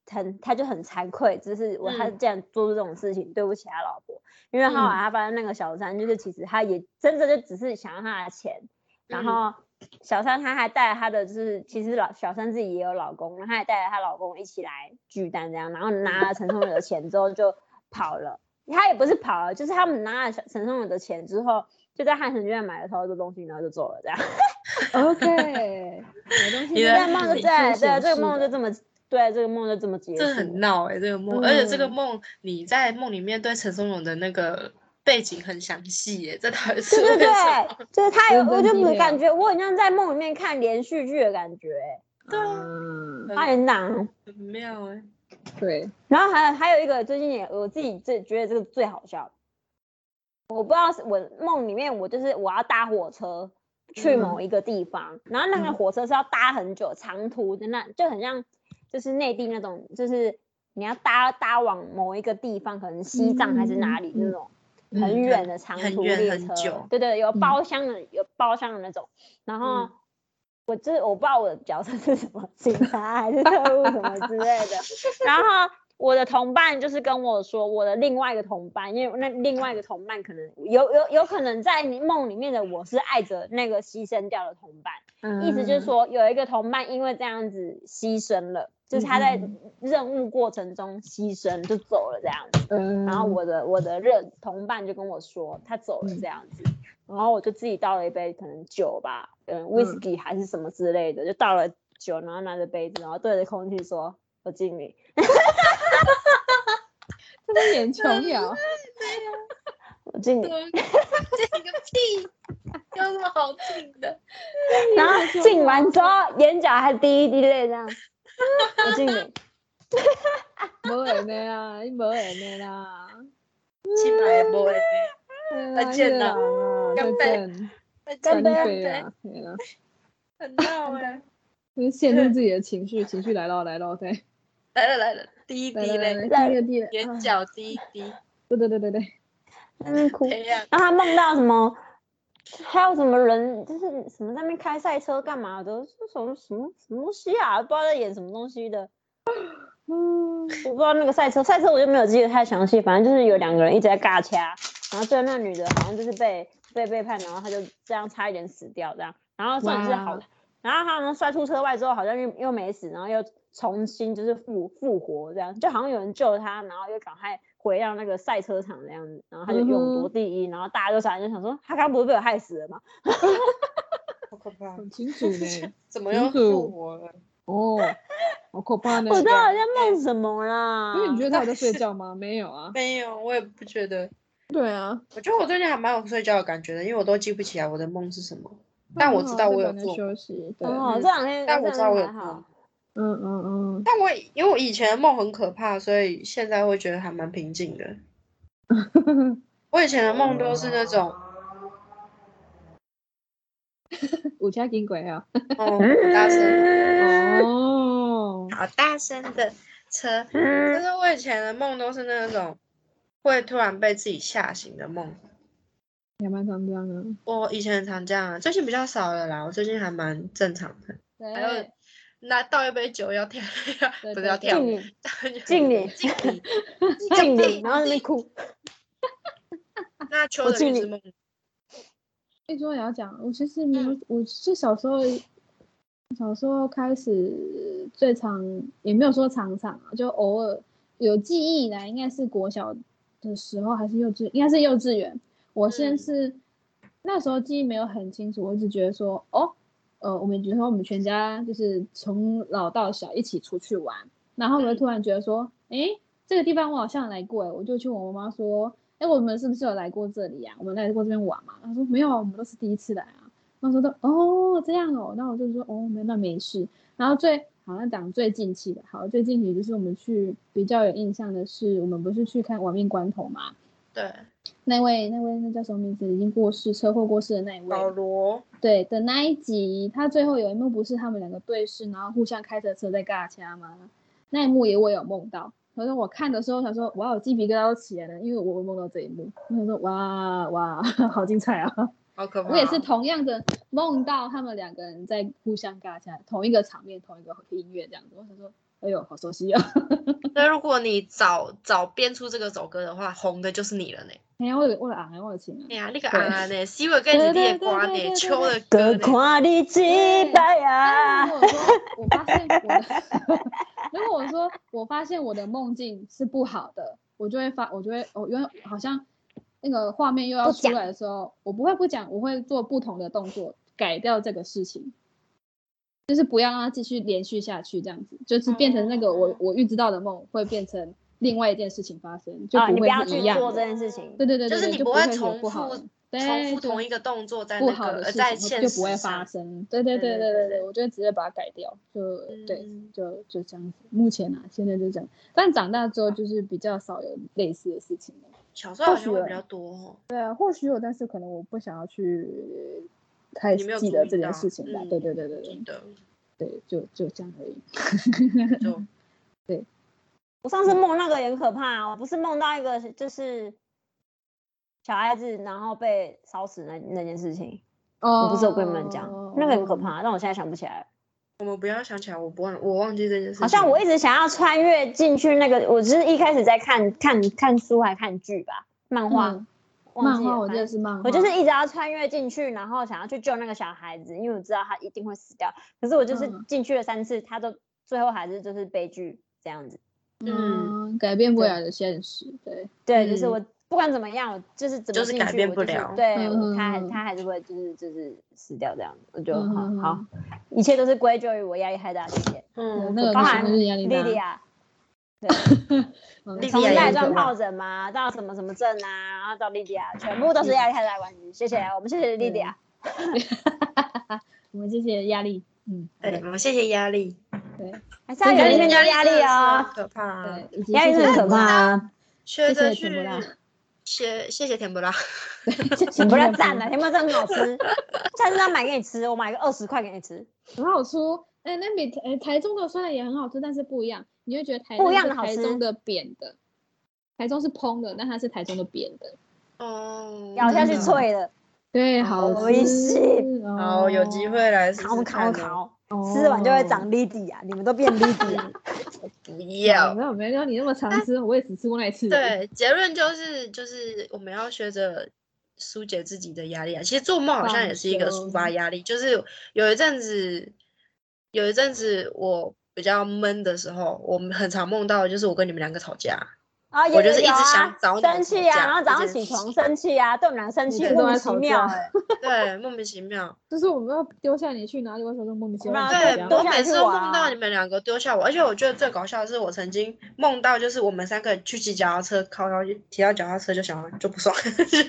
Speaker 1: 很，他就很惭愧，就是我他
Speaker 3: 嗯
Speaker 1: 竟然做出这种事情，对不起他老婆。因为后来
Speaker 2: 嗯
Speaker 1: 他发现那个小三，就是其实他也真的就只是想要他的钱，然后小三她还带了她的，就是其实老小三自己也有老公，然后她还带了她老公一起来聚单这样，然后拿了陈松勇的钱之后就跑了，她也不是跑了，就是他们拿了小陈松勇的钱之后，就在汉神剧院买了超多东西，然后就走了这样。
Speaker 2: 嗯，OK，买东西
Speaker 3: 你
Speaker 2: 都
Speaker 3: 的
Speaker 1: 这
Speaker 2: 是
Speaker 1: 个梦就
Speaker 2: 理
Speaker 1: 这样，
Speaker 2: 性显
Speaker 1: 对，啊这个
Speaker 2: 示
Speaker 1: 梦就
Speaker 2: 的
Speaker 1: 这么，对，这个梦就这么结束
Speaker 3: 这
Speaker 1: 了。
Speaker 3: 很闹哎、这个梦，而且这个
Speaker 2: 嗯
Speaker 3: 梦你在梦里面对陈松勇的那个背景很详细耶，这到底是
Speaker 1: 对对
Speaker 3: 为
Speaker 1: 对
Speaker 3: 什么？，
Speaker 1: 就是他有，
Speaker 2: 人
Speaker 1: 我
Speaker 2: 生
Speaker 1: 就
Speaker 2: 地
Speaker 1: 不
Speaker 2: 料
Speaker 1: 感觉我很像在梦里面看连续剧的感觉、
Speaker 3: 对啊
Speaker 2: 嗯，
Speaker 1: 八点档。
Speaker 3: 很妙哎、
Speaker 2: 对，
Speaker 1: 然后还有还有一个最近也我自己最觉得这个最好笑，我不知道是我梦里面我就是我要搭火车去
Speaker 2: 嗯
Speaker 1: 某一个地方，然后那个
Speaker 2: 嗯
Speaker 1: 火车是要搭很久长途的那就很像就是内地那种就是你要搭搭往某一个地方，可能西藏还是哪里那
Speaker 2: 嗯
Speaker 1: 种。
Speaker 3: 嗯
Speaker 1: 很远的长
Speaker 3: 很
Speaker 1: 途
Speaker 3: 远
Speaker 1: 列
Speaker 3: 很
Speaker 1: 车，
Speaker 3: 久
Speaker 1: 对对，有
Speaker 2: 嗯
Speaker 1: 包厢的，有包厢的那种。然后、
Speaker 3: 嗯
Speaker 1: 我就是我不知道我的角色是什么，警察还是特务什么之类 的。然后我的同伴就是跟我说，我的另外一个同伴，因为那另外一个同伴可能有有有可能在你梦里面的我是爱着那个牺牲掉的同伴，
Speaker 3: 嗯
Speaker 1: 意思就是说有一个同伴因为这样子牺牲了，就是他在
Speaker 3: 嗯
Speaker 1: 任务过程中牺牲就走了这样子。
Speaker 2: 嗯，
Speaker 1: 然后我的我的热同伴就跟我说他走了这样子，然后我就自己倒了一杯可能酒吧，嗯，whisky 还是什么之类的，就倒了酒，然后拿着杯子，然后对着空气说：“我敬你。
Speaker 2: 这个眼琼 瑶，
Speaker 1: 我敬你。”
Speaker 3: 对啊 这个屁，有什么好听的？
Speaker 1: 然后敬完之后，眼角还滴一滴泪这样。我敬你。
Speaker 2: 无闲的啦，你无闲的啦，
Speaker 3: 七百
Speaker 2: 嗯
Speaker 3: 不会，再见了
Speaker 1: 嗯
Speaker 2: 了
Speaker 3: 干
Speaker 2: 再
Speaker 3: 杯
Speaker 2: 见，
Speaker 3: 再
Speaker 1: 干
Speaker 3: 见
Speaker 2: 干
Speaker 1: 杯
Speaker 2: 杯啊！对啊，
Speaker 3: 很闹哎，
Speaker 2: 就是陷入自己的情绪，情绪来了来了，对，
Speaker 3: 来了来了，滴
Speaker 2: 来来
Speaker 3: 滴嘞，
Speaker 2: 来，第二滴了，
Speaker 3: 眼
Speaker 2: 啊
Speaker 3: 角滴 滴，
Speaker 2: 对对对对对，
Speaker 1: 嗯哭。
Speaker 3: 哎呀，
Speaker 1: 然后他梦到什么？还有什么人？就是什么在那边开赛车干嘛的？是什么什么什么东西啊？不知道在演什么东西的。
Speaker 2: 嗯，
Speaker 1: 我不知道那个赛车，赛车我就没有记得太详细，反正就是有两个人一直在尬掐，然后最后那女的好像就是被被背叛，然后她就这样差一点死掉这样，然后算是好
Speaker 2: 哇，哦
Speaker 1: 然后他们摔出车外之后好像又又没死，然后又重新就是复复活这样，就好像有人救她，然后又赶快回到那个赛车场这样子，然后她就
Speaker 2: 嗯
Speaker 1: 勇
Speaker 2: 哼
Speaker 1: 夺第一，然后大家就傻眼，就想说她刚不是被我害死了吗？
Speaker 3: 好可怕，
Speaker 2: 很清楚呢，
Speaker 3: 怎么又
Speaker 2: 真的
Speaker 3: 复活了？
Speaker 2: 哦，好可怕呢
Speaker 1: 我，知道我在梦什么啦，
Speaker 2: 所以你觉得他有在睡觉吗？没有啊，
Speaker 3: 没有，我也不觉得。
Speaker 2: 对啊，
Speaker 3: 我觉得我最近还蛮有睡觉的感觉的，因为我都记不起来我的梦是什么，
Speaker 2: 嗯
Speaker 3: 但我知道我有
Speaker 2: 在
Speaker 3: 做，
Speaker 2: 休息，对，
Speaker 1: 哦，
Speaker 3: 嗯
Speaker 1: 这两天
Speaker 3: 但我知道我有
Speaker 1: 还好
Speaker 3: 做。。
Speaker 2: 嗯嗯嗯，
Speaker 3: 但我以因为我以前的梦很可怕，所以现在会觉得还蛮平 静的。我以前的梦都是那种，
Speaker 2: 五家金鬼啊，
Speaker 3: 哦，很大声，
Speaker 2: 哦，
Speaker 3: 好大声的车。
Speaker 1: 嗯
Speaker 3: 但是我以前的梦都是那种会突然被自己吓醒的梦。
Speaker 2: 也蛮常这样的，
Speaker 3: 我以前很常这样啊，最近比较少了啦。我最近还蛮正常的。还有
Speaker 2: 对，
Speaker 3: 那倒一杯酒要跳，
Speaker 2: 对
Speaker 3: 不
Speaker 2: 对
Speaker 3: 是要
Speaker 2: 对
Speaker 3: 跳
Speaker 1: 敬
Speaker 3: 舞，
Speaker 1: 礼， 敬
Speaker 3: 敬
Speaker 1: 礼
Speaker 3: 礼，敬 礼。
Speaker 1: 敬礼，然后在那边哭。
Speaker 3: 那秋
Speaker 1: 我
Speaker 3: 的
Speaker 1: 敬
Speaker 3: 预知
Speaker 1: 礼
Speaker 3: 梦，
Speaker 2: 一说也要讲，我其实没有，我是小时候，小时候开始最常也没有说常常啊，就偶尔有记忆以来，应该是国小的时候还是幼稚，应该是幼稚园。我先
Speaker 3: 嗯
Speaker 2: 是、那时候记忆没有很清楚，我只觉得说，哦，呃，我们比如说我们全家就是从老到小一起出去玩，然后我就
Speaker 3: 嗯
Speaker 2: 突然觉得说，诶，这个地方我好像来过欸，我就去问我妈说，诶，我们是不是有来过这里呀、啊我们来过这边玩嘛？她说没有啊，我们都是第一次来啊。我说的哦，这样哦，那我就说哦，没那没事。然后最好像讲最近期的，好，最近期就是我们去比较有印象的是，我们不是去看《亡命关头》嘛？
Speaker 3: 对，
Speaker 2: 那位那位那叫什么名字？已经过世，车祸过世的那一位，
Speaker 3: 保罗，
Speaker 2: 对的那一集，他最后有一幕不是他们两个对视，然后互相开着车在尬掐吗？那一幕也我有梦到。可是我看的时候想说，哇，我鸡皮疙瘩都起来了，因为我梦到这一幕，我想说，哇哇， 好精彩啊！
Speaker 3: 好可怕。
Speaker 2: 我也是同样的梦到他们两个人在互相尬掐，同一个场面，同一个音乐这样子。我想说，哎呦，好熟悉啊！
Speaker 3: 那如果你早早编出这个首歌的话，红的就是你了呢。
Speaker 2: 哎呀，我有我有昂，我有情啊
Speaker 3: 哎！呀，那个
Speaker 2: 对
Speaker 3: 啊呢，是我跟你的歌
Speaker 2: 对对对对对
Speaker 3: 呢，
Speaker 2: 对
Speaker 3: 秋的歌
Speaker 1: 哥
Speaker 3: 呢，
Speaker 1: 看你几百
Speaker 2: 但
Speaker 1: 啊
Speaker 2: 如！果说我发现我的， 如果我说我发现我的梦境是不好的，我就会发，我就会，哦，因为好像那个画面又要
Speaker 1: 不
Speaker 2: 出
Speaker 1: 讲
Speaker 2: 来的时候，我不会不讲，我会做不同的动作，改掉这个事情，就是不要让它继续连续下去，这样子，就是变成那个
Speaker 1: 哦
Speaker 2: 我我预知到的梦会变成另外一件事情发生，就
Speaker 1: 啊，你
Speaker 2: 不
Speaker 1: 不
Speaker 2: 会
Speaker 1: 要
Speaker 2: 是一
Speaker 1: 去
Speaker 2: 样
Speaker 1: 做这
Speaker 2: 的。
Speaker 1: 件事情。
Speaker 2: 对对对对，
Speaker 3: 就是
Speaker 2: 对
Speaker 3: 你
Speaker 2: 就
Speaker 3: 不
Speaker 2: 不
Speaker 3: 会
Speaker 2: 有
Speaker 3: 重
Speaker 2: 不好
Speaker 3: 复
Speaker 2: 的对
Speaker 3: 重复
Speaker 2: 对
Speaker 3: 同一个动作在
Speaker 2: 不
Speaker 3: 那
Speaker 2: 好
Speaker 3: 个
Speaker 2: 的
Speaker 3: 呃
Speaker 2: 事
Speaker 3: 在
Speaker 2: 情
Speaker 3: 现
Speaker 2: 就不会
Speaker 3: 实
Speaker 2: 发
Speaker 3: 上。
Speaker 2: 生。对对对对
Speaker 3: 对对对
Speaker 2: 对
Speaker 3: 对
Speaker 2: 对，我就会直接把它改掉，就对
Speaker 3: 嗯，
Speaker 2: 就就这样子。目前啊，现在就这样。但长大之后就是比较少有类似的事情了。
Speaker 3: 小时候好
Speaker 2: 或许
Speaker 3: 像会比
Speaker 2: 有
Speaker 3: 较多哦。
Speaker 2: 对啊，或许有，但是可能我不想要去太
Speaker 3: 你没有
Speaker 2: 记
Speaker 3: 注
Speaker 2: 得
Speaker 3: 意
Speaker 2: 这件
Speaker 3: 到
Speaker 2: 事情吧。
Speaker 3: 嗯
Speaker 2: 对对对对
Speaker 3: 记
Speaker 2: 对
Speaker 3: 得，
Speaker 2: 对，就就这样而已。
Speaker 3: 就
Speaker 1: 我上次梦那个也很可怕哦，我不是梦到一个就是小孩子然后被烧死那那件事情，
Speaker 2: 哦
Speaker 1: 我不是有跟你们讲，那个很可。怕，但我现在想不起来了。
Speaker 3: 我们不要想起来，我不忘我忘记这件事情。
Speaker 1: 好像我一直想要穿越进去那个，我只是一开始在看看看书还看剧吧，漫画，
Speaker 2: 嗯
Speaker 1: 忘
Speaker 2: 漫
Speaker 1: 记
Speaker 2: 画，
Speaker 1: 了
Speaker 2: 我
Speaker 1: 反
Speaker 2: 记
Speaker 1: 正
Speaker 2: 得是漫画，
Speaker 1: 我就是一直要穿越进去，然后想要去救那个小孩子，因为我知道他一定会死掉。可是我就是
Speaker 2: 嗯
Speaker 1: 进去了三次，他都最后还是就是悲剧这样子。
Speaker 2: 嗯，改变不
Speaker 1: 对
Speaker 2: 了的现实。对，
Speaker 1: 对，就是
Speaker 3: 嗯
Speaker 1: 我不管怎么样，我就是怎么
Speaker 3: 就是
Speaker 1: 进
Speaker 3: 改
Speaker 1: 去
Speaker 3: 变
Speaker 1: 我
Speaker 3: 不
Speaker 1: 就是
Speaker 3: 了
Speaker 1: 对，我他还
Speaker 2: 嗯
Speaker 1: 他还是会就是就是死掉这样子，我就
Speaker 2: 嗯
Speaker 1: 好
Speaker 2: 嗯
Speaker 1: 好，一切都是归咎于我压力太大，谢谢。
Speaker 2: 对啊
Speaker 3: 嗯，
Speaker 2: 那个
Speaker 1: 包
Speaker 2: 女
Speaker 1: 含
Speaker 2: 生就是压力
Speaker 1: 莉
Speaker 2: 大
Speaker 1: 莉。亚，
Speaker 2: 嗯
Speaker 3: 莉莉
Speaker 1: 从
Speaker 3: 亚也
Speaker 1: 带
Speaker 3: 很
Speaker 1: 状
Speaker 3: 可怕
Speaker 1: 疱疹嘛，到什么什么症啊，然后到莉莉亚，全部都是压力太大的关系。谢谢，
Speaker 2: 嗯
Speaker 1: 我们谢谢莉莉亚。
Speaker 2: 我们这些压力，嗯，
Speaker 3: 对，我们谢谢压力，
Speaker 2: 对
Speaker 1: 还是要有一点点压力
Speaker 3: 真的
Speaker 1: 哦
Speaker 3: 是
Speaker 2: 呃
Speaker 3: 很，可怕啊，
Speaker 2: 对，以及
Speaker 1: 压力
Speaker 2: 谢
Speaker 1: 是
Speaker 2: 谢
Speaker 1: 很
Speaker 2: 什
Speaker 1: 可
Speaker 2: 么
Speaker 1: 怕
Speaker 2: 啦，
Speaker 1: 啊。
Speaker 3: 缺
Speaker 2: 谢
Speaker 3: 着
Speaker 2: 谢
Speaker 3: 去
Speaker 2: 什么啦
Speaker 3: 谢谢谢甜不辣，
Speaker 1: 你不要 赞 了，甜不辣真的很好吃，下次要买给你吃，我买个二十块给你吃，
Speaker 2: 很好吃。哎、那比台、哎台中的虽然也很好吃，但是不一样，你会觉得台
Speaker 1: 不一
Speaker 2: 中
Speaker 1: 样
Speaker 2: 是
Speaker 1: 的好
Speaker 2: 台
Speaker 1: 吃
Speaker 2: 中的扁的，台中是蓬的，但它是台中的扁的，
Speaker 3: 哦，
Speaker 1: 咬下去
Speaker 2: 真的
Speaker 1: 脆了，
Speaker 2: 对，好
Speaker 1: 好
Speaker 2: 吃。
Speaker 1: 美味
Speaker 2: 哦
Speaker 3: 好，有机会来试
Speaker 1: 烤
Speaker 3: 试
Speaker 1: 烤
Speaker 3: 看哦。
Speaker 1: 烤，吃完就会长 Lily 啊，你们都变 Lily 啊，
Speaker 3: 不
Speaker 2: 有
Speaker 3: 要
Speaker 2: 没。有没有你那么常吃，我也只吃过那一次。，
Speaker 3: 对，结论就是就是我们要学着疏解自己的压力啊。其实做梦好像
Speaker 2: 放
Speaker 3: 也是一个抒发
Speaker 2: 松
Speaker 3: 压力，就是有一阵子，有一阵子我比较闷的时候，我们很常梦到就是我跟你们两个吵架，
Speaker 1: 啊，有
Speaker 3: 我就是
Speaker 1: 有
Speaker 3: 一直
Speaker 1: 有
Speaker 3: 想
Speaker 1: 啊
Speaker 3: 找你
Speaker 1: 生气啊，
Speaker 3: 吵架
Speaker 1: 然后早上
Speaker 3: 这件
Speaker 1: 起床
Speaker 3: 事
Speaker 1: 生气啊，对我们俩生
Speaker 2: 每
Speaker 1: 气
Speaker 2: 个人
Speaker 1: 莫
Speaker 2: 都
Speaker 1: 名
Speaker 2: 在
Speaker 1: 其
Speaker 2: 吵
Speaker 1: 妙
Speaker 2: 架
Speaker 1: 欸，
Speaker 3: 对，莫名其妙。
Speaker 2: 就是我们要丢下你去哪里，我想说莫名其妙
Speaker 1: 那大
Speaker 2: 地吵
Speaker 3: 对
Speaker 1: 家
Speaker 2: 架。
Speaker 1: 都
Speaker 3: 我
Speaker 1: 想
Speaker 3: 每
Speaker 1: 去
Speaker 3: 次都
Speaker 1: 玩
Speaker 3: 梦
Speaker 1: 啊
Speaker 3: 到你们两个丢下我，而且我觉得最搞笑的是，我曾经梦到就是我们三个去骑脚踏车，靠靠提到脚踏车就想要就不爽，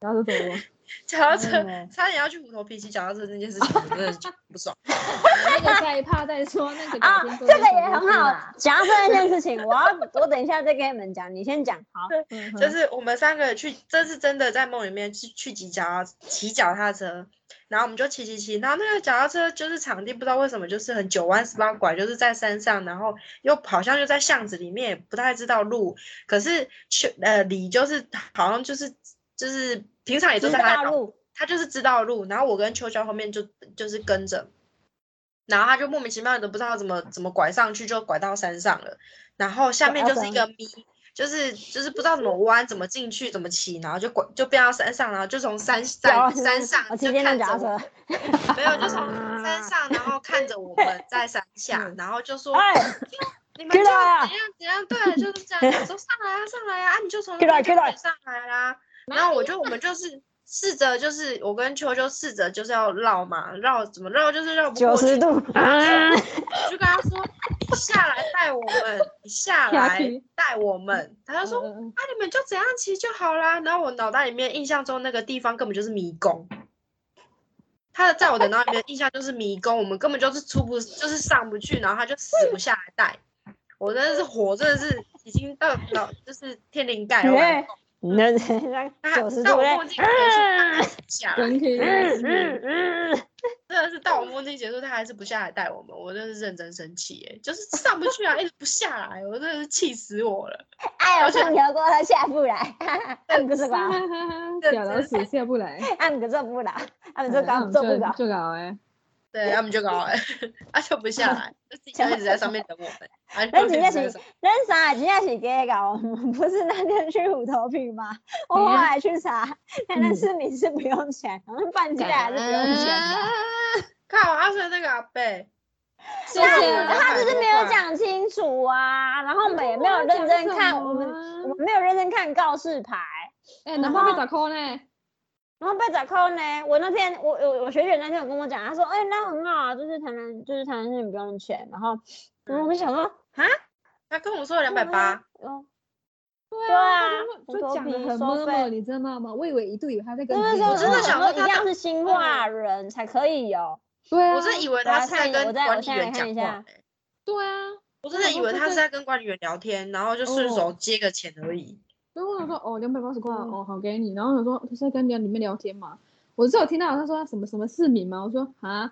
Speaker 2: 然后是怎么了？
Speaker 3: 脚踏车
Speaker 1: 嗯
Speaker 2: 哦
Speaker 3: 差点要去虎头皮骑脚踏车那件事情，我真的就不爽。
Speaker 2: 那个下一趴再说，那个
Speaker 1: 啊，
Speaker 2: 改天
Speaker 1: 这
Speaker 2: 做
Speaker 1: 个
Speaker 2: 再
Speaker 1: 也
Speaker 2: 说
Speaker 1: 很
Speaker 2: 是
Speaker 1: 好
Speaker 2: 吧。
Speaker 1: 讲到这件事情，我要我等一下再跟你们讲，你先讲好。
Speaker 2: 嗯哼
Speaker 3: 就是我们三个去，这是真的在梦里面去去骑脚踏骑脚踏车，然后我们就骑骑骑，然后那个脚踏车就是场地不知道为什么就是很九弯十八拐，就是在山上，然后又好像又在巷子里面，也不太知道路，可是去呃里就是好像就是就是平常也都
Speaker 1: 知
Speaker 3: 在他
Speaker 1: 道
Speaker 3: 的脑
Speaker 1: 路，
Speaker 3: 他就是知道路，然后我跟秋秋后面就就是跟着，然后他就莫名其妙的不知道怎么怎么拐上去，就拐到山上了，然后下面就是一个迷，就是就是不知道怎么弯，怎么进去，怎么骑，然后就拐就变到山上，然后就从山
Speaker 1: 脚
Speaker 3: 山山
Speaker 1: 啊 我
Speaker 3: 上
Speaker 1: 骑
Speaker 3: 就
Speaker 1: 电动
Speaker 3: 看
Speaker 1: 脚
Speaker 3: 着
Speaker 1: 踏
Speaker 3: 我，
Speaker 1: 车，
Speaker 3: 没有就从 山上，然后看着我们在山下，然后就说。
Speaker 1: 哎，
Speaker 3: 你们就
Speaker 1: 起
Speaker 3: 怎
Speaker 1: 来啊
Speaker 3: 样怎样，对，就是这样。我说上来啊，上来啊，啊你就从
Speaker 1: 起来
Speaker 3: 那
Speaker 1: 起来
Speaker 3: 边上来啦。然后我就我们就是试着，就是我跟秋秋试着就是要绕嘛，绕怎么绕就是绕不
Speaker 1: 九
Speaker 3: 过去。
Speaker 1: 十度啊，
Speaker 3: 我就跟他说你下来带我们，你下
Speaker 2: 下
Speaker 3: 来
Speaker 2: 去
Speaker 3: 带我们。他就说
Speaker 2: 嗯嗯嗯
Speaker 3: 啊，你们就怎样骑就好啦。然后我脑袋里面印象中那个地方根本就是迷宫，他的在我的脑里面的印象就是迷宫，我们根本就是出不就是上不去，然后他就死不下来带。我真的是火，真的是已经到脑就是天灵盖
Speaker 1: 哎
Speaker 3: 了。
Speaker 1: 你那那
Speaker 3: 他
Speaker 1: 九十
Speaker 3: 到
Speaker 1: 度哎啊
Speaker 3: 我
Speaker 1: 嘞
Speaker 3: 梦，境结束，他还是不下来，
Speaker 2: 真可以
Speaker 1: 嗯
Speaker 2: 嗯
Speaker 1: 嗯嗯，
Speaker 3: 真的是到我梦境结束，他还是不下来带我们，我真的是认真生气耶，就是上不去啊，一直不下来，我真的是气死我了。
Speaker 1: 哎，我上条锅他下不来， 按 个这个，
Speaker 2: 哈哈哈哈，小老鼠下不来，
Speaker 1: 按个做不了，按个这
Speaker 2: 嗯
Speaker 1: 个
Speaker 2: 嗯
Speaker 1: 做不
Speaker 2: 就
Speaker 1: 了，
Speaker 2: 就搞哎，
Speaker 3: 对，他们就搞哎， 他就不下来，就自己就一直在上面等我们。啊，
Speaker 1: 那
Speaker 3: 就
Speaker 1: 真
Speaker 3: 一
Speaker 1: 正
Speaker 3: 直
Speaker 1: 是
Speaker 3: 在上
Speaker 1: 啊人傻，真正是假搞。我们不是那天去虎头皮 吗？我后
Speaker 2: 哎呀
Speaker 1: 来去
Speaker 3: 嗯
Speaker 1: 查，那那市民是不用 钱，我们半价还是不用钱
Speaker 3: 嗯
Speaker 1: 的。
Speaker 3: 看我阿顺那个阿贝，
Speaker 2: 谢
Speaker 1: 那
Speaker 2: 谢
Speaker 1: 你
Speaker 2: 啊
Speaker 1: 他就是没有讲清楚啊，然后我们也没有认真看，我
Speaker 3: 哦
Speaker 1: 们
Speaker 3: 啊
Speaker 1: 我们没有认真看告示牌，
Speaker 2: 哎，然后被打 call 呢，
Speaker 1: 然后被宰扣呢。我那天我我我学姐那天有跟我讲，她说，哎、那很好啊，就是台南就是台南县不用钱。然后然
Speaker 3: 嗯
Speaker 1: 后我们想说，啊，
Speaker 3: 他跟我说两百八，
Speaker 1: 嗯，
Speaker 2: 对
Speaker 1: 对啊
Speaker 2: 就就讲的
Speaker 1: 虎
Speaker 2: 很
Speaker 1: 头皮收
Speaker 2: murmur，
Speaker 1: 费
Speaker 2: 你知道吗？我以为一度以为他在跟
Speaker 1: 就
Speaker 2: 你
Speaker 1: 是
Speaker 2: 讲，
Speaker 1: 说
Speaker 3: 我真的想
Speaker 1: 说
Speaker 3: 说
Speaker 1: 一
Speaker 3: 他嗯
Speaker 1: 样是新化人才可以哦有。
Speaker 2: 对啊，
Speaker 3: 我真的以为他是在跟管理员讲话欸，
Speaker 2: 对啊，
Speaker 3: 我真的以为他是在跟管理员聊天，然后就顺手
Speaker 1: 哦
Speaker 3: 接个钱而已。
Speaker 2: 所以我想说，哦，两百八十块，哦，好给你。然后我想说，他是在跟人里面聊天嘛？我是有听到他说他什么什么市民嘛，我说啊，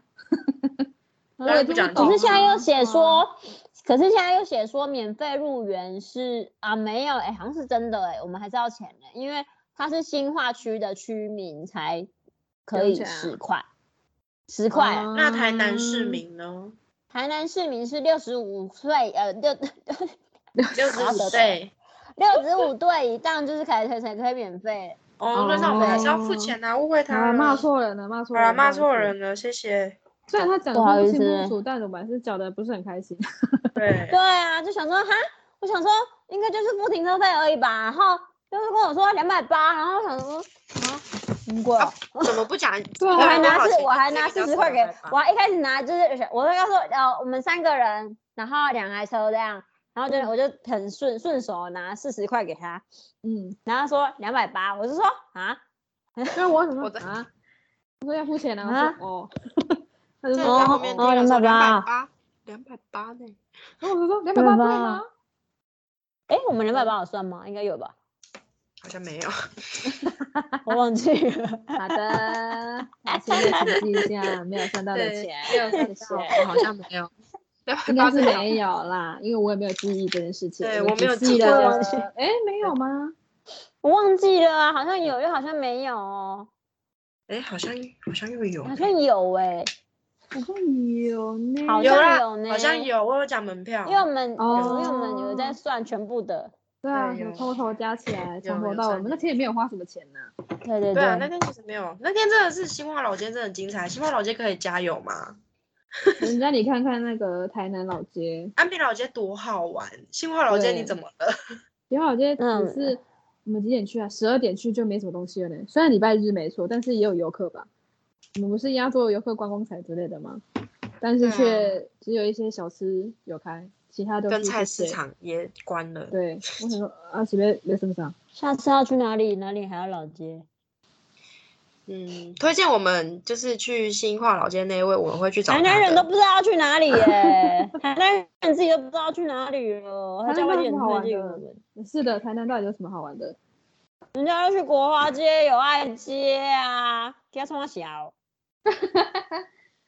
Speaker 2: 我
Speaker 3: 然后
Speaker 2: 也
Speaker 3: 不
Speaker 2: 听
Speaker 3: 讲
Speaker 2: 懂
Speaker 1: 可
Speaker 2: 啊。
Speaker 1: 是现在又写
Speaker 2: 啊，
Speaker 1: 说，可是现在又写说免费入园是啊，没有，哎、好像是真的哎、我们还是要钱的、因为它是新化区的区民才可
Speaker 2: 不用
Speaker 1: 以
Speaker 2: 钱啊
Speaker 1: 十块，十块啊、
Speaker 3: 那台南市民呢？
Speaker 1: 台南市民是六十五岁，呃，六
Speaker 3: 六十五岁
Speaker 1: 六十五岁以上就是才才才可以免费。
Speaker 3: 哦，那那我们还是要付钱啊，误会
Speaker 1: 哦
Speaker 3: 他
Speaker 2: 啊，
Speaker 3: 了，
Speaker 2: 骂错人了，骂错
Speaker 3: 好
Speaker 2: 人
Speaker 3: 啦
Speaker 2: 了，
Speaker 3: 骂
Speaker 2: 不
Speaker 3: 错
Speaker 2: 好意思。
Speaker 3: 人了，谢谢。
Speaker 2: 虽然他讲
Speaker 1: 不好
Speaker 2: 的
Speaker 1: 意
Speaker 2: 清
Speaker 1: 思
Speaker 2: 不楚，但我们还是讲的不是很开心。
Speaker 3: 对
Speaker 1: 对，啊，就想说哈，我想说应该就是付停车费而已吧，然后就是跟我说两百八，然后我想说啊，很贵哦、
Speaker 3: 怎么不讲？
Speaker 2: 对啊
Speaker 1: 我还拿
Speaker 3: 多少
Speaker 1: 四，
Speaker 3: 钱
Speaker 1: 我还拿四
Speaker 3: 这个
Speaker 1: 十
Speaker 3: 叫
Speaker 1: 块给
Speaker 3: 400吧，
Speaker 1: 我一开始拿就是我那个说呃我们三个人，然后两台车这样，然后就我就很顺顺手拿四十块给他，
Speaker 2: 嗯，
Speaker 1: 然后他说两百八，我就说啊，
Speaker 2: 因为我想
Speaker 3: 我
Speaker 2: 说
Speaker 3: 的
Speaker 2: 啊，我说要付钱啊，
Speaker 1: 啊
Speaker 2: 我说哦， 他就
Speaker 3: 在
Speaker 2: 说
Speaker 1: 哦
Speaker 3: 在后
Speaker 2: 哦，
Speaker 3: 面
Speaker 1: 哦
Speaker 3: 听了说两百
Speaker 1: 280
Speaker 3: 八，两百八呢？
Speaker 2: 然后我就说两百八
Speaker 1: 280
Speaker 2: 对吗？
Speaker 1: 哎，我们两百八有算吗？应该有吧？
Speaker 3: 好像没有。
Speaker 1: 我忘记了。
Speaker 2: 好的，那请你统计一下没有算到的
Speaker 3: 对
Speaker 2: 钱，
Speaker 3: 没有
Speaker 2: 谢
Speaker 3: 看
Speaker 2: 谢
Speaker 3: 到。我好像没 有。对，
Speaker 2: 应该是没有啦，因为我也没有记忆这件事情。
Speaker 3: 对
Speaker 2: 我
Speaker 3: 我没有
Speaker 2: 只记
Speaker 3: 记
Speaker 2: 得
Speaker 1: 过，
Speaker 2: 哎，没有吗？
Speaker 1: 我忘记了啊，好像有，又好像没有哦，
Speaker 3: 哎，好像好像又有
Speaker 1: 好，像有哎、
Speaker 2: 好像有呢。
Speaker 1: 好
Speaker 3: 有
Speaker 1: 像
Speaker 3: 啦
Speaker 1: 有，
Speaker 3: 好像
Speaker 1: 呢
Speaker 3: 有，我有讲门票
Speaker 1: 因为。我们、
Speaker 2: 哦
Speaker 1: 因为我们有在算全部的，
Speaker 2: 对啊，
Speaker 3: 对
Speaker 2: 有
Speaker 3: 有
Speaker 2: 偷偷加起来，从
Speaker 3: 有
Speaker 2: 头
Speaker 3: 有
Speaker 2: 到尾，
Speaker 3: 算
Speaker 2: 我们
Speaker 3: 进
Speaker 2: 那天也没有花什么 钱呢。
Speaker 1: 对对
Speaker 3: 对啊，那天其实没有，那天真的是新化老街真的很精彩。新化老街可以加油吗？
Speaker 2: 人家你看看那个台南老街，
Speaker 3: 安平老街多好玩，新化老街
Speaker 2: 对
Speaker 3: 你怎么了？
Speaker 2: 平安老街
Speaker 1: 嗯
Speaker 2: 只是我们几点去啊？十二点去就没什么东西了呢。虽然礼拜日没错，但是也有游客吧？我们不是压做游客观光彩之类的吗？但是
Speaker 3: 对啊
Speaker 2: 却只有一些小吃有开，其他都是
Speaker 3: 跟
Speaker 2: 一
Speaker 3: 菜
Speaker 2: 些
Speaker 3: 市。场也关了。
Speaker 2: 对，我想说啊，随便没什么啥。
Speaker 1: 下次要去哪里？哪里还要老街？
Speaker 3: 嗯，推荐我们就是去新化老街那一位，我们会去找
Speaker 1: 台
Speaker 3: 他
Speaker 1: 南人
Speaker 3: 的
Speaker 1: 都不知道要去哪里耶、 台南人自己都不知道去哪里了，他
Speaker 2: 台
Speaker 1: 叫
Speaker 2: 南
Speaker 1: 外
Speaker 2: 有
Speaker 1: 地
Speaker 2: 什
Speaker 1: 人
Speaker 2: 么好玩
Speaker 1: 推荐
Speaker 2: 的
Speaker 1: 我们，
Speaker 2: 是的，台南到底有什么好玩的？
Speaker 1: 人家要去国华街、友爱街啊，给他冲他小。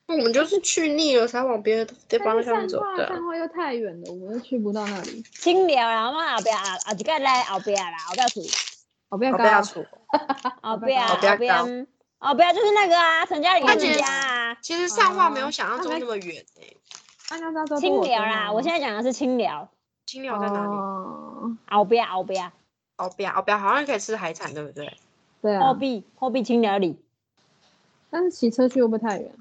Speaker 3: 我们就是去腻了才往别的地
Speaker 2: 但
Speaker 3: 方
Speaker 2: 是
Speaker 3: 上
Speaker 2: 上
Speaker 3: 走
Speaker 2: 化
Speaker 3: 的啊。
Speaker 2: 上化又太远了，我们又去不到那里。
Speaker 1: 清聊啦，我们后壁啊啊，一个来后壁啦，后壁厝，
Speaker 2: 我哦不要
Speaker 3: 哦我不
Speaker 2: 搞
Speaker 3: 要，出。
Speaker 1: 后壁啊
Speaker 2: 后
Speaker 1: 后
Speaker 3: 壁
Speaker 1: 壁
Speaker 3: 到
Speaker 1: 嗯后壁就是那个啊，陈嘉玲他
Speaker 3: 他
Speaker 1: 们
Speaker 3: 觉得
Speaker 1: 家啊，
Speaker 3: 其实上化没有
Speaker 2: 哦
Speaker 3: 想象
Speaker 2: 那
Speaker 3: 中
Speaker 2: 还
Speaker 3: 那么远诶。
Speaker 2: 按照那时候
Speaker 1: 清聊啦，我现
Speaker 2: 在
Speaker 1: 在讲的是清聊，
Speaker 3: 清流在哪里？
Speaker 2: 哦，
Speaker 1: 后壁后啊壁
Speaker 3: 鳌标，鳌标好像可以吃海产，对不对？
Speaker 2: 对
Speaker 1: 后
Speaker 2: 啊，
Speaker 1: 壁后壁清聊里，
Speaker 2: 但是骑车去会不会太远？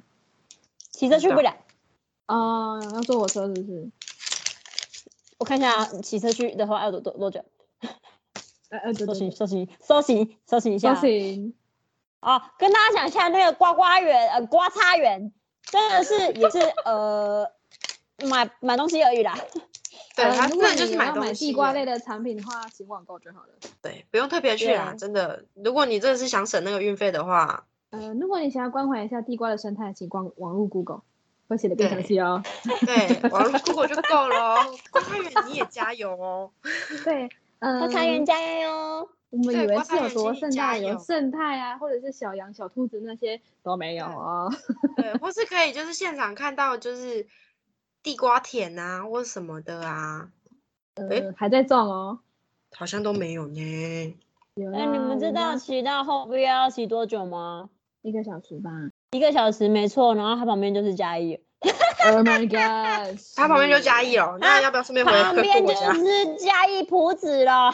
Speaker 1: 骑车去不了。
Speaker 2: 啊、要坐火车是不是？
Speaker 1: 我看一下啊骑车去的话要多多多久？
Speaker 2: 哎、呃，
Speaker 1: 搜
Speaker 2: 对对
Speaker 1: 寻
Speaker 2: 对，
Speaker 1: 搜寻搜寻搜寻一下
Speaker 2: 不
Speaker 1: 啊。
Speaker 2: 行，
Speaker 1: 哦，跟大家讲一下那个刮刮园，呃，刮擦园，真的是也是呃买买东西而已啦。
Speaker 3: 对，
Speaker 2: 呃
Speaker 3: 它
Speaker 2: 如
Speaker 3: 真
Speaker 2: 果
Speaker 3: 的就是
Speaker 2: 你
Speaker 3: 买
Speaker 2: 要
Speaker 3: 东
Speaker 2: 买
Speaker 3: 西。
Speaker 2: 地瓜类的产品的话，请网购就好了。
Speaker 3: 对，不用特别去啊，
Speaker 1: 对
Speaker 3: 真的。如果你真的是想省那个运费的话，
Speaker 2: 呃，如果你想要关怀一下地瓜的生态，请逛网络 Google，会写的更详细哦。
Speaker 3: 对，网络 Google 就够了哦。郭太远你也加油哦。
Speaker 2: 对，嗯、
Speaker 1: 刮擦园加油！
Speaker 2: 我们
Speaker 3: 对
Speaker 2: 以为
Speaker 3: 观
Speaker 2: 是
Speaker 3: 察
Speaker 2: 有
Speaker 3: 员
Speaker 2: 多
Speaker 3: 请你
Speaker 2: 盛
Speaker 3: 加
Speaker 2: 大，有
Speaker 3: 油
Speaker 2: 圣态啊，或者是小羊、小兔子那些都没有
Speaker 3: 对
Speaker 2: 哦。
Speaker 3: 对，或是可以就是现场看到就是地瓜田啊，或什么的啊，
Speaker 2: 呃，还在种哦。
Speaker 3: 好像都没有呢。
Speaker 2: 有
Speaker 1: 哎、你
Speaker 2: 啦
Speaker 1: 们知
Speaker 2: 人
Speaker 1: 道
Speaker 2: 家
Speaker 1: 骑到后边要骑多久吗？
Speaker 2: 一个小时吧
Speaker 1: 一个小时没错，然后它旁边就是加一，
Speaker 2: ？Oh my god！
Speaker 3: 它旁边就加
Speaker 2: 一。
Speaker 3: 一哦，那要不要顺便回
Speaker 1: 旁
Speaker 3: 回
Speaker 1: 边
Speaker 3: 我
Speaker 1: 就
Speaker 3: 家？
Speaker 1: 是加一埔子了，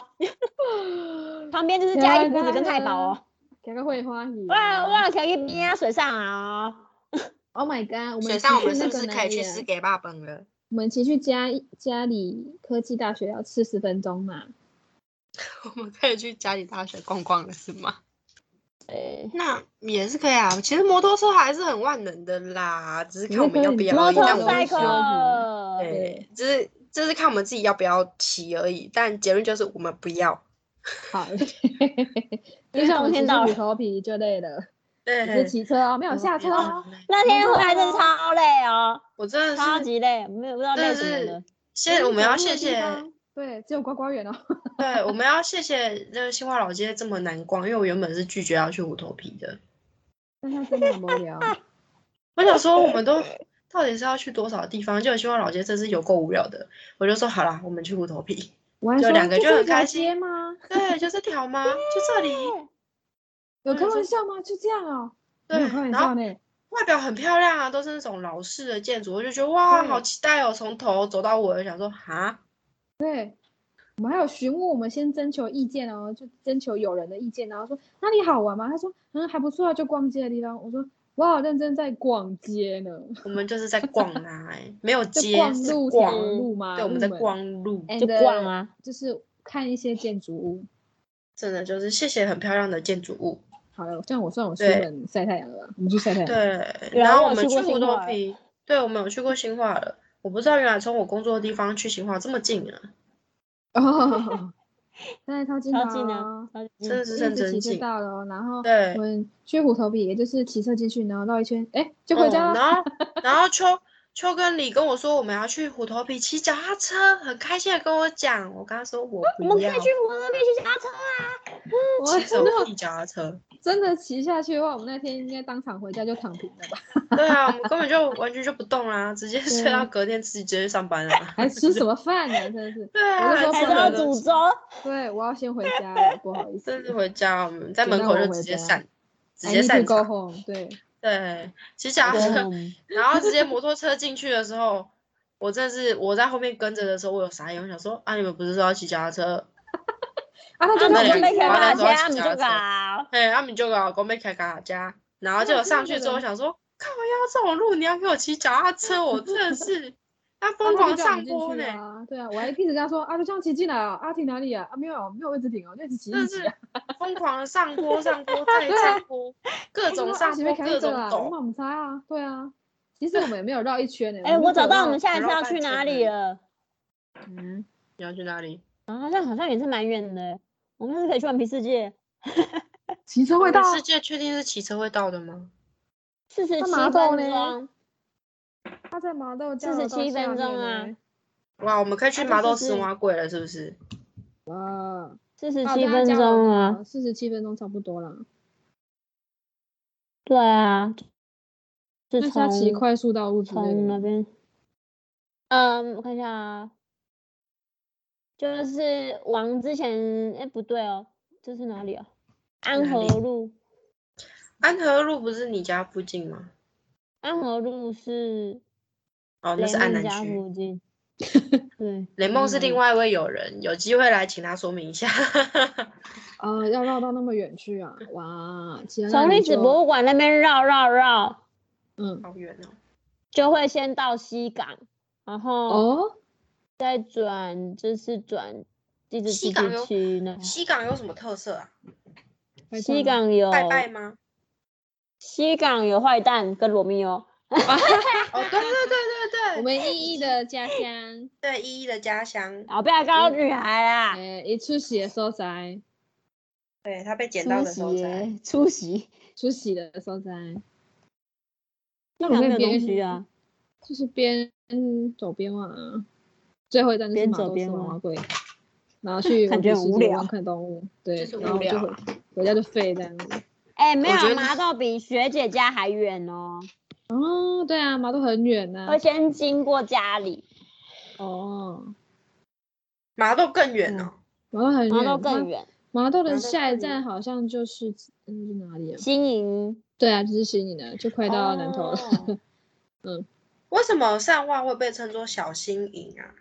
Speaker 1: 旁边就是加一埔子跟太保哦。
Speaker 2: 大家会欢喜。
Speaker 1: 我我可以边啊水上啊、哦，
Speaker 2: ！Oh my god！我们
Speaker 3: 水上我
Speaker 2: 骑
Speaker 3: 们
Speaker 2: 那
Speaker 3: 是不
Speaker 2: 个
Speaker 3: 是
Speaker 2: 哪
Speaker 3: 可以去
Speaker 2: 里啊
Speaker 3: 吃给爸本了？
Speaker 2: 我们骑去嘉义嘉里科技大学要四十分钟嘛？
Speaker 3: 我们可以去嘉里大学逛逛了，是吗？
Speaker 1: 对，
Speaker 3: 那也是可以啊。其实摩托车还是很万能的啦，只是看我们要不要
Speaker 1: 摩
Speaker 3: 而已。
Speaker 1: 托
Speaker 3: 但 我
Speaker 2: 摩
Speaker 3: 们
Speaker 2: 托车
Speaker 3: 就
Speaker 1: cycle，
Speaker 3: 对，就是就是看我们自己要不要骑而已。但结论就是我们不要。
Speaker 2: 好， 就像我
Speaker 1: 冬
Speaker 2: 们
Speaker 1: 天
Speaker 2: 骑
Speaker 1: 到
Speaker 2: 虎
Speaker 1: 了
Speaker 2: 头皮就累了，
Speaker 3: 对
Speaker 2: 只是骑车哦，没有下车哦。
Speaker 1: 那天回来真
Speaker 2: 嗯
Speaker 1: 的超累哦，
Speaker 3: 嗯我真的
Speaker 1: 超
Speaker 3: 是，
Speaker 1: 级累，没有不知道累
Speaker 3: 真的
Speaker 1: 什么的
Speaker 3: 是。谢我们要谢
Speaker 2: 没有
Speaker 3: 谢
Speaker 2: 走路的地，方。对，只有呱呱园哦。
Speaker 3: 对，我们要谢谢那个新华老街这么难逛，因为我原本是拒绝要去虎头皮的。
Speaker 2: 但它真的很无 聊。
Speaker 3: 我想说，我们都到底是要去多少地方？就新华老街真是有够无聊的。我就说好啦，我们去虎头皮。
Speaker 2: 我还
Speaker 3: 就
Speaker 2: 说
Speaker 3: 两个
Speaker 2: 这
Speaker 3: 就是很
Speaker 2: 一条
Speaker 3: 开心
Speaker 2: 街吗？
Speaker 3: 对，就这条吗？就这里。
Speaker 2: 有开
Speaker 3: 对
Speaker 2: 玩
Speaker 3: 嗯就
Speaker 2: 笑吗？就这样哦。没
Speaker 3: 对
Speaker 2: 有开，玩
Speaker 3: 然
Speaker 2: 笑
Speaker 3: 后
Speaker 2: 呢。
Speaker 3: 外表很漂亮啊，都是那种老式的建筑，我就觉得哇，好
Speaker 2: 对
Speaker 3: 期待哦！从头走到尾，我想说哈，
Speaker 2: 对，我们还有询问我们先征求意见哦，就征求友人的意见，然后说哪里好玩吗？他说嗯还不错啊，就逛街的地方。我说我好认真在逛街呢，
Speaker 3: 我们就是在逛啦、哎，没有
Speaker 2: 在
Speaker 3: 街，
Speaker 2: 逛
Speaker 3: 是
Speaker 2: 路
Speaker 3: 逛
Speaker 2: 条，路吗？
Speaker 3: 对，我们在逛路，
Speaker 2: 路，
Speaker 1: 就逛，啊，
Speaker 2: 就是看一些建筑物。
Speaker 3: 真的就是谢谢很漂亮的建筑物。
Speaker 2: 好了，这样我算我出
Speaker 3: 对
Speaker 2: 门晒太阳了吧，我们去晒太阳。
Speaker 3: 对，
Speaker 1: 原来
Speaker 3: 然后
Speaker 1: 我
Speaker 3: 我
Speaker 1: 有
Speaker 3: 们
Speaker 1: 去过
Speaker 3: 去虎
Speaker 1: 新
Speaker 3: 头
Speaker 1: 化
Speaker 3: 皮，对，我们有去过新化了。我不知道原来从我工作的地方去新化这么近啊，
Speaker 2: 哦， 对，超近
Speaker 1: 超
Speaker 2: 的
Speaker 1: 近
Speaker 2: 哦
Speaker 1: 啊，超近。
Speaker 3: 真的是
Speaker 2: 一
Speaker 3: 认
Speaker 2: 直骑
Speaker 3: 真
Speaker 2: 就
Speaker 3: 近。
Speaker 2: 到了哦，然后
Speaker 3: 对
Speaker 2: 我们去虎头皮，也就是骑车进去，然后绕一圈，哎，就回家了。
Speaker 3: 嗯然后，然后秋秋跟李跟我说，我们要去虎头皮骑脚踏车，很开心的跟我讲。我跟他说我
Speaker 1: 我们
Speaker 3: 不
Speaker 1: 可
Speaker 3: 要
Speaker 1: 以，去摩托边骑脚踏车啊！
Speaker 3: 骑手屁脚踏车。
Speaker 2: 真的骑下去的话，我们那天应该当场回家就躺平了吧？
Speaker 3: 对啊，我们根本就完全就不动啦，直接睡到
Speaker 2: 对
Speaker 3: 隔天自己直接去上班啊。
Speaker 2: 还吃什么饭呢、真的是，
Speaker 3: 对啊，
Speaker 2: 我就说
Speaker 1: 还
Speaker 2: 不
Speaker 1: 是
Speaker 2: 能
Speaker 1: 要
Speaker 3: 真
Speaker 2: 够
Speaker 3: 的
Speaker 1: 诅咒。
Speaker 2: 对我要先回家了，不好意思。
Speaker 3: 真是回家，我们在门口就直接散，直
Speaker 2: I
Speaker 3: 接
Speaker 2: need
Speaker 3: 散
Speaker 2: to go
Speaker 3: 场。
Speaker 2: home。对，
Speaker 3: 对，嗯骑脚踏车，然后直接摩托车进去的时候，我真的是我在后面跟着的时候，我有傻眼，我想说啊，你们不是说要骑脚踏车？
Speaker 2: 啊，他
Speaker 1: 啊，
Speaker 2: 就
Speaker 1: 你
Speaker 2: 跟
Speaker 3: 那
Speaker 1: 们
Speaker 2: 我
Speaker 1: 没
Speaker 3: 没
Speaker 1: 去
Speaker 3: 看到
Speaker 1: 到
Speaker 3: 我要
Speaker 1: 家，
Speaker 3: 去
Speaker 1: 你
Speaker 3: 夹
Speaker 1: 就
Speaker 3: 子
Speaker 1: 搞。
Speaker 3: 哎，他们就搞我没开卡家，然后
Speaker 2: 那
Speaker 3: 就
Speaker 2: 我
Speaker 3: 我
Speaker 2: 知
Speaker 3: 上
Speaker 2: 道
Speaker 3: 去
Speaker 2: 那
Speaker 3: 之后，我
Speaker 2: 个
Speaker 3: 想说靠腰这种路你要给我骑脚踏车，我真的是 要
Speaker 2: 他
Speaker 3: 疯
Speaker 2: 就
Speaker 3: 狂
Speaker 2: 叫我们
Speaker 3: 上
Speaker 2: 进
Speaker 3: 坡
Speaker 2: 去
Speaker 3: 呢。
Speaker 2: 啊！对啊，我还一直跟他说啊，就这样骑进来啊，啊停哪里啊？啊没有没有位置停哦，就一直骑
Speaker 3: 真
Speaker 2: 一
Speaker 3: 的
Speaker 2: 直骑
Speaker 3: 是
Speaker 2: 啊。
Speaker 3: 疯狂的上坡，上 坡再
Speaker 2: 对啊
Speaker 3: 上坡，各
Speaker 2: 他
Speaker 3: 种
Speaker 2: 说
Speaker 3: 上
Speaker 2: 啊前面
Speaker 3: 坡，
Speaker 2: 开
Speaker 3: 各
Speaker 2: 一个
Speaker 3: 种
Speaker 2: 啦，我
Speaker 3: 抖。
Speaker 2: 们猜啊，对啊。其实我们也没有绕一圈呢。
Speaker 1: 哎，我找到我们
Speaker 2: 下，
Speaker 1: 下一次
Speaker 3: 绕
Speaker 1: 要
Speaker 3: 半
Speaker 1: 去哪
Speaker 3: 圈
Speaker 1: 里
Speaker 3: 而已
Speaker 1: 了。
Speaker 2: 嗯，
Speaker 3: 你要去哪里？
Speaker 1: 啊，好像好像也是蛮远的欸，我们是可以去顽皮世界，
Speaker 2: 骑车会
Speaker 3: 你
Speaker 1: 啊
Speaker 2: 到，
Speaker 3: 世界确定是骑车会到的吗？
Speaker 1: 四十
Speaker 2: 那
Speaker 1: 七
Speaker 2: 麻
Speaker 1: 分
Speaker 2: 豆呢
Speaker 1: 钟。
Speaker 2: 他啊在麻豆加油
Speaker 1: 47
Speaker 2: 到下
Speaker 1: 分钟
Speaker 2: 面
Speaker 1: 啊
Speaker 2: 呢。
Speaker 3: 哇，我们可以去
Speaker 1: 啊
Speaker 3: 麻
Speaker 1: 这
Speaker 3: 豆
Speaker 1: 是
Speaker 3: 吃蛙贵了，是不是？
Speaker 2: 呃，
Speaker 1: 四十
Speaker 2: 啊
Speaker 1: 七分钟啊，，
Speaker 2: 四十七分钟差不多啦。
Speaker 1: 对啊，是
Speaker 2: 那下骑
Speaker 1: 从
Speaker 2: 快速道路之类
Speaker 1: 从
Speaker 2: 的
Speaker 1: 那
Speaker 2: 吗，
Speaker 1: 边，嗯，我看一下啊，就是往之前，哎，不对哦，这是哪里啊？安
Speaker 3: 哪
Speaker 1: 和
Speaker 3: 里
Speaker 1: 路，
Speaker 3: 安和路不是你家附近吗？
Speaker 1: 安和路是
Speaker 3: 哦，那
Speaker 1: 雷
Speaker 3: 是安
Speaker 1: 梦
Speaker 3: 南
Speaker 1: 家
Speaker 3: 区。
Speaker 1: 附 近，对，
Speaker 3: 雷梦是另
Speaker 1: 嗯
Speaker 3: 外一位友人，有机会来请他说明一下。
Speaker 2: 呃，要绕到那么远去啊！哇，骑到那
Speaker 1: 从
Speaker 2: 里
Speaker 1: 历史
Speaker 2: 就
Speaker 1: 博物馆那边绕绕绕，
Speaker 2: 嗯，
Speaker 3: 好远哦。
Speaker 1: 就会先到西港，然后
Speaker 2: 哦，
Speaker 1: 再转，就是转一直
Speaker 3: 西
Speaker 1: 自
Speaker 3: 港
Speaker 1: 治
Speaker 3: 有
Speaker 1: 区那
Speaker 3: 西港有什么特色啊？
Speaker 2: 快
Speaker 1: 西
Speaker 2: 到了
Speaker 1: 港有
Speaker 3: 拜拜吗？
Speaker 1: 西港有坏蛋跟罗密欧，
Speaker 3: 哦，对对对对
Speaker 2: 我
Speaker 3: 对，
Speaker 2: 们依依的家乡，
Speaker 3: 对依依的家乡，
Speaker 1: 老不要搞
Speaker 3: 嗯
Speaker 1: 女孩啦，
Speaker 2: 呃，一出席的所在，
Speaker 3: 对他被捡到
Speaker 1: 出
Speaker 3: 的时候
Speaker 1: 席
Speaker 3: 才。
Speaker 1: 耶出席，
Speaker 2: 出席的所在，
Speaker 1: 那
Speaker 2: 我
Speaker 1: 没
Speaker 2: 们
Speaker 1: 有
Speaker 2: 边
Speaker 1: 东西啊，
Speaker 2: 就是边走边望啊，最后一站就是
Speaker 1: 边
Speaker 2: 马
Speaker 1: 走
Speaker 2: 都
Speaker 1: 边
Speaker 2: 斯文
Speaker 1: 望
Speaker 2: 化会，然后去
Speaker 1: 感
Speaker 2: 顽
Speaker 1: 觉
Speaker 2: 皮
Speaker 1: 很
Speaker 2: 世
Speaker 1: 无
Speaker 2: 界
Speaker 1: 聊
Speaker 2: 望看动 物，对
Speaker 3: 就是，
Speaker 2: 然
Speaker 3: 无
Speaker 2: 后就
Speaker 3: 聊啊
Speaker 2: 回回家就废这样子。
Speaker 1: 哎、没
Speaker 3: 我觉
Speaker 1: 有
Speaker 3: 得
Speaker 1: 麻豆比学姐家还远哦，
Speaker 2: 哦，对啊，马都很远呐、
Speaker 1: 会先经过家里，
Speaker 2: 哦，
Speaker 3: 麻豆更远
Speaker 1: 嗯
Speaker 3: 哦。
Speaker 2: 马都很远，
Speaker 1: 麻豆
Speaker 2: 马
Speaker 1: 更远，
Speaker 2: 麻豆
Speaker 3: 麻
Speaker 2: 的
Speaker 3: 豆
Speaker 2: 下一
Speaker 3: 更
Speaker 2: 站好像就是嗯是哪里啊？
Speaker 1: 新营
Speaker 2: 对啊，就是悉尼了，就快到南投了。
Speaker 3: 哦
Speaker 2: 嗯，
Speaker 3: 为什么善化会被称作小新营啊？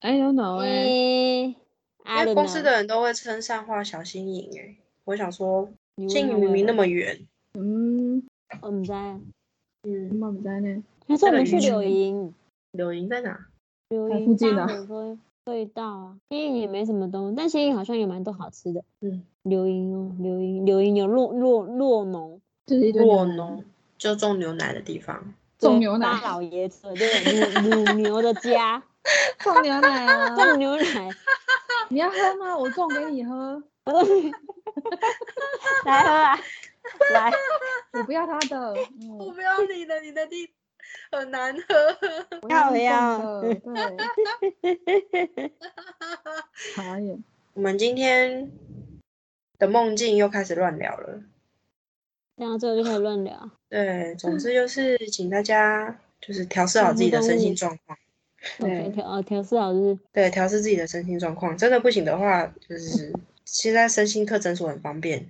Speaker 2: I don't know 哎、
Speaker 1: 诶，
Speaker 3: 因
Speaker 1: 阿
Speaker 3: 为
Speaker 1: 伦
Speaker 3: 公司的人都会称善化小新营诶、我想说，
Speaker 1: 你
Speaker 3: 新营
Speaker 1: 问
Speaker 3: 明明
Speaker 1: 他
Speaker 3: 那么远，
Speaker 2: 嗯，
Speaker 1: 啊我们在，
Speaker 3: 嗯，
Speaker 2: 妈不在呢。
Speaker 1: 他说我
Speaker 3: 那
Speaker 1: 们
Speaker 3: 个
Speaker 1: 去
Speaker 3: 渔
Speaker 1: 柳
Speaker 2: 村
Speaker 1: 营，
Speaker 3: 柳营在哪？
Speaker 1: 柳
Speaker 2: 在
Speaker 1: 营
Speaker 2: 附近
Speaker 1: 搭
Speaker 2: 啊
Speaker 1: 火车会到啊，新营也没什么东西，但新营好像有蛮多好吃的，
Speaker 3: 嗯，
Speaker 1: 柳营哦，柳营柳营有洛洛洛农。
Speaker 2: 就是一堆牛
Speaker 3: 洛
Speaker 2: 奶
Speaker 3: 农，就种牛奶的地方。
Speaker 2: 种
Speaker 1: 对
Speaker 2: 牛奶
Speaker 1: 大，老爷子对乳乳牛的 家
Speaker 2: 种牛奶啊！
Speaker 1: 种牛奶，
Speaker 2: 你要喝吗？我种给你喝，
Speaker 1: 来喝啊，来，
Speaker 2: 我不要他的，嗯，
Speaker 3: 我
Speaker 2: 我
Speaker 3: 不要你的，你的地很难喝。
Speaker 1: 要 不
Speaker 2: 要
Speaker 1: 要？
Speaker 2: 种的。对，傻眼。
Speaker 3: 我们今天的梦境又开始乱聊了。
Speaker 1: 然后最后就可以乱聊，
Speaker 3: 对，总之就是请大家就是调试好自己的身心状况。
Speaker 1: 对，
Speaker 2: 对
Speaker 1: 调哦调试好就是
Speaker 3: 对，调试自己的身心状况，真的不行的话，就是现在身心科诊所很方便，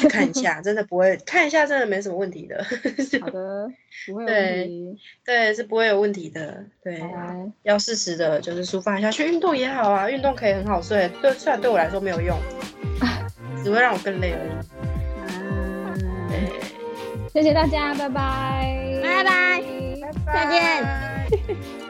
Speaker 3: 去看一 下，真的不会看一下，真的没什么问题的，
Speaker 2: 好的，不会有
Speaker 3: 对
Speaker 2: 问题。
Speaker 3: 对，是不会有问题的，对
Speaker 2: 拜，
Speaker 1: 啊
Speaker 2: 拜。
Speaker 3: 要适时的，就是抒发一下，去运动也好啊，运动可以很好睡，对，虽然对我来说 没有用，只会让我更累而已，
Speaker 2: 嗯，
Speaker 3: 对，
Speaker 2: 谢谢大家，拜拜，
Speaker 1: 拜拜，
Speaker 3: 拜
Speaker 1: 再见
Speaker 3: 拜。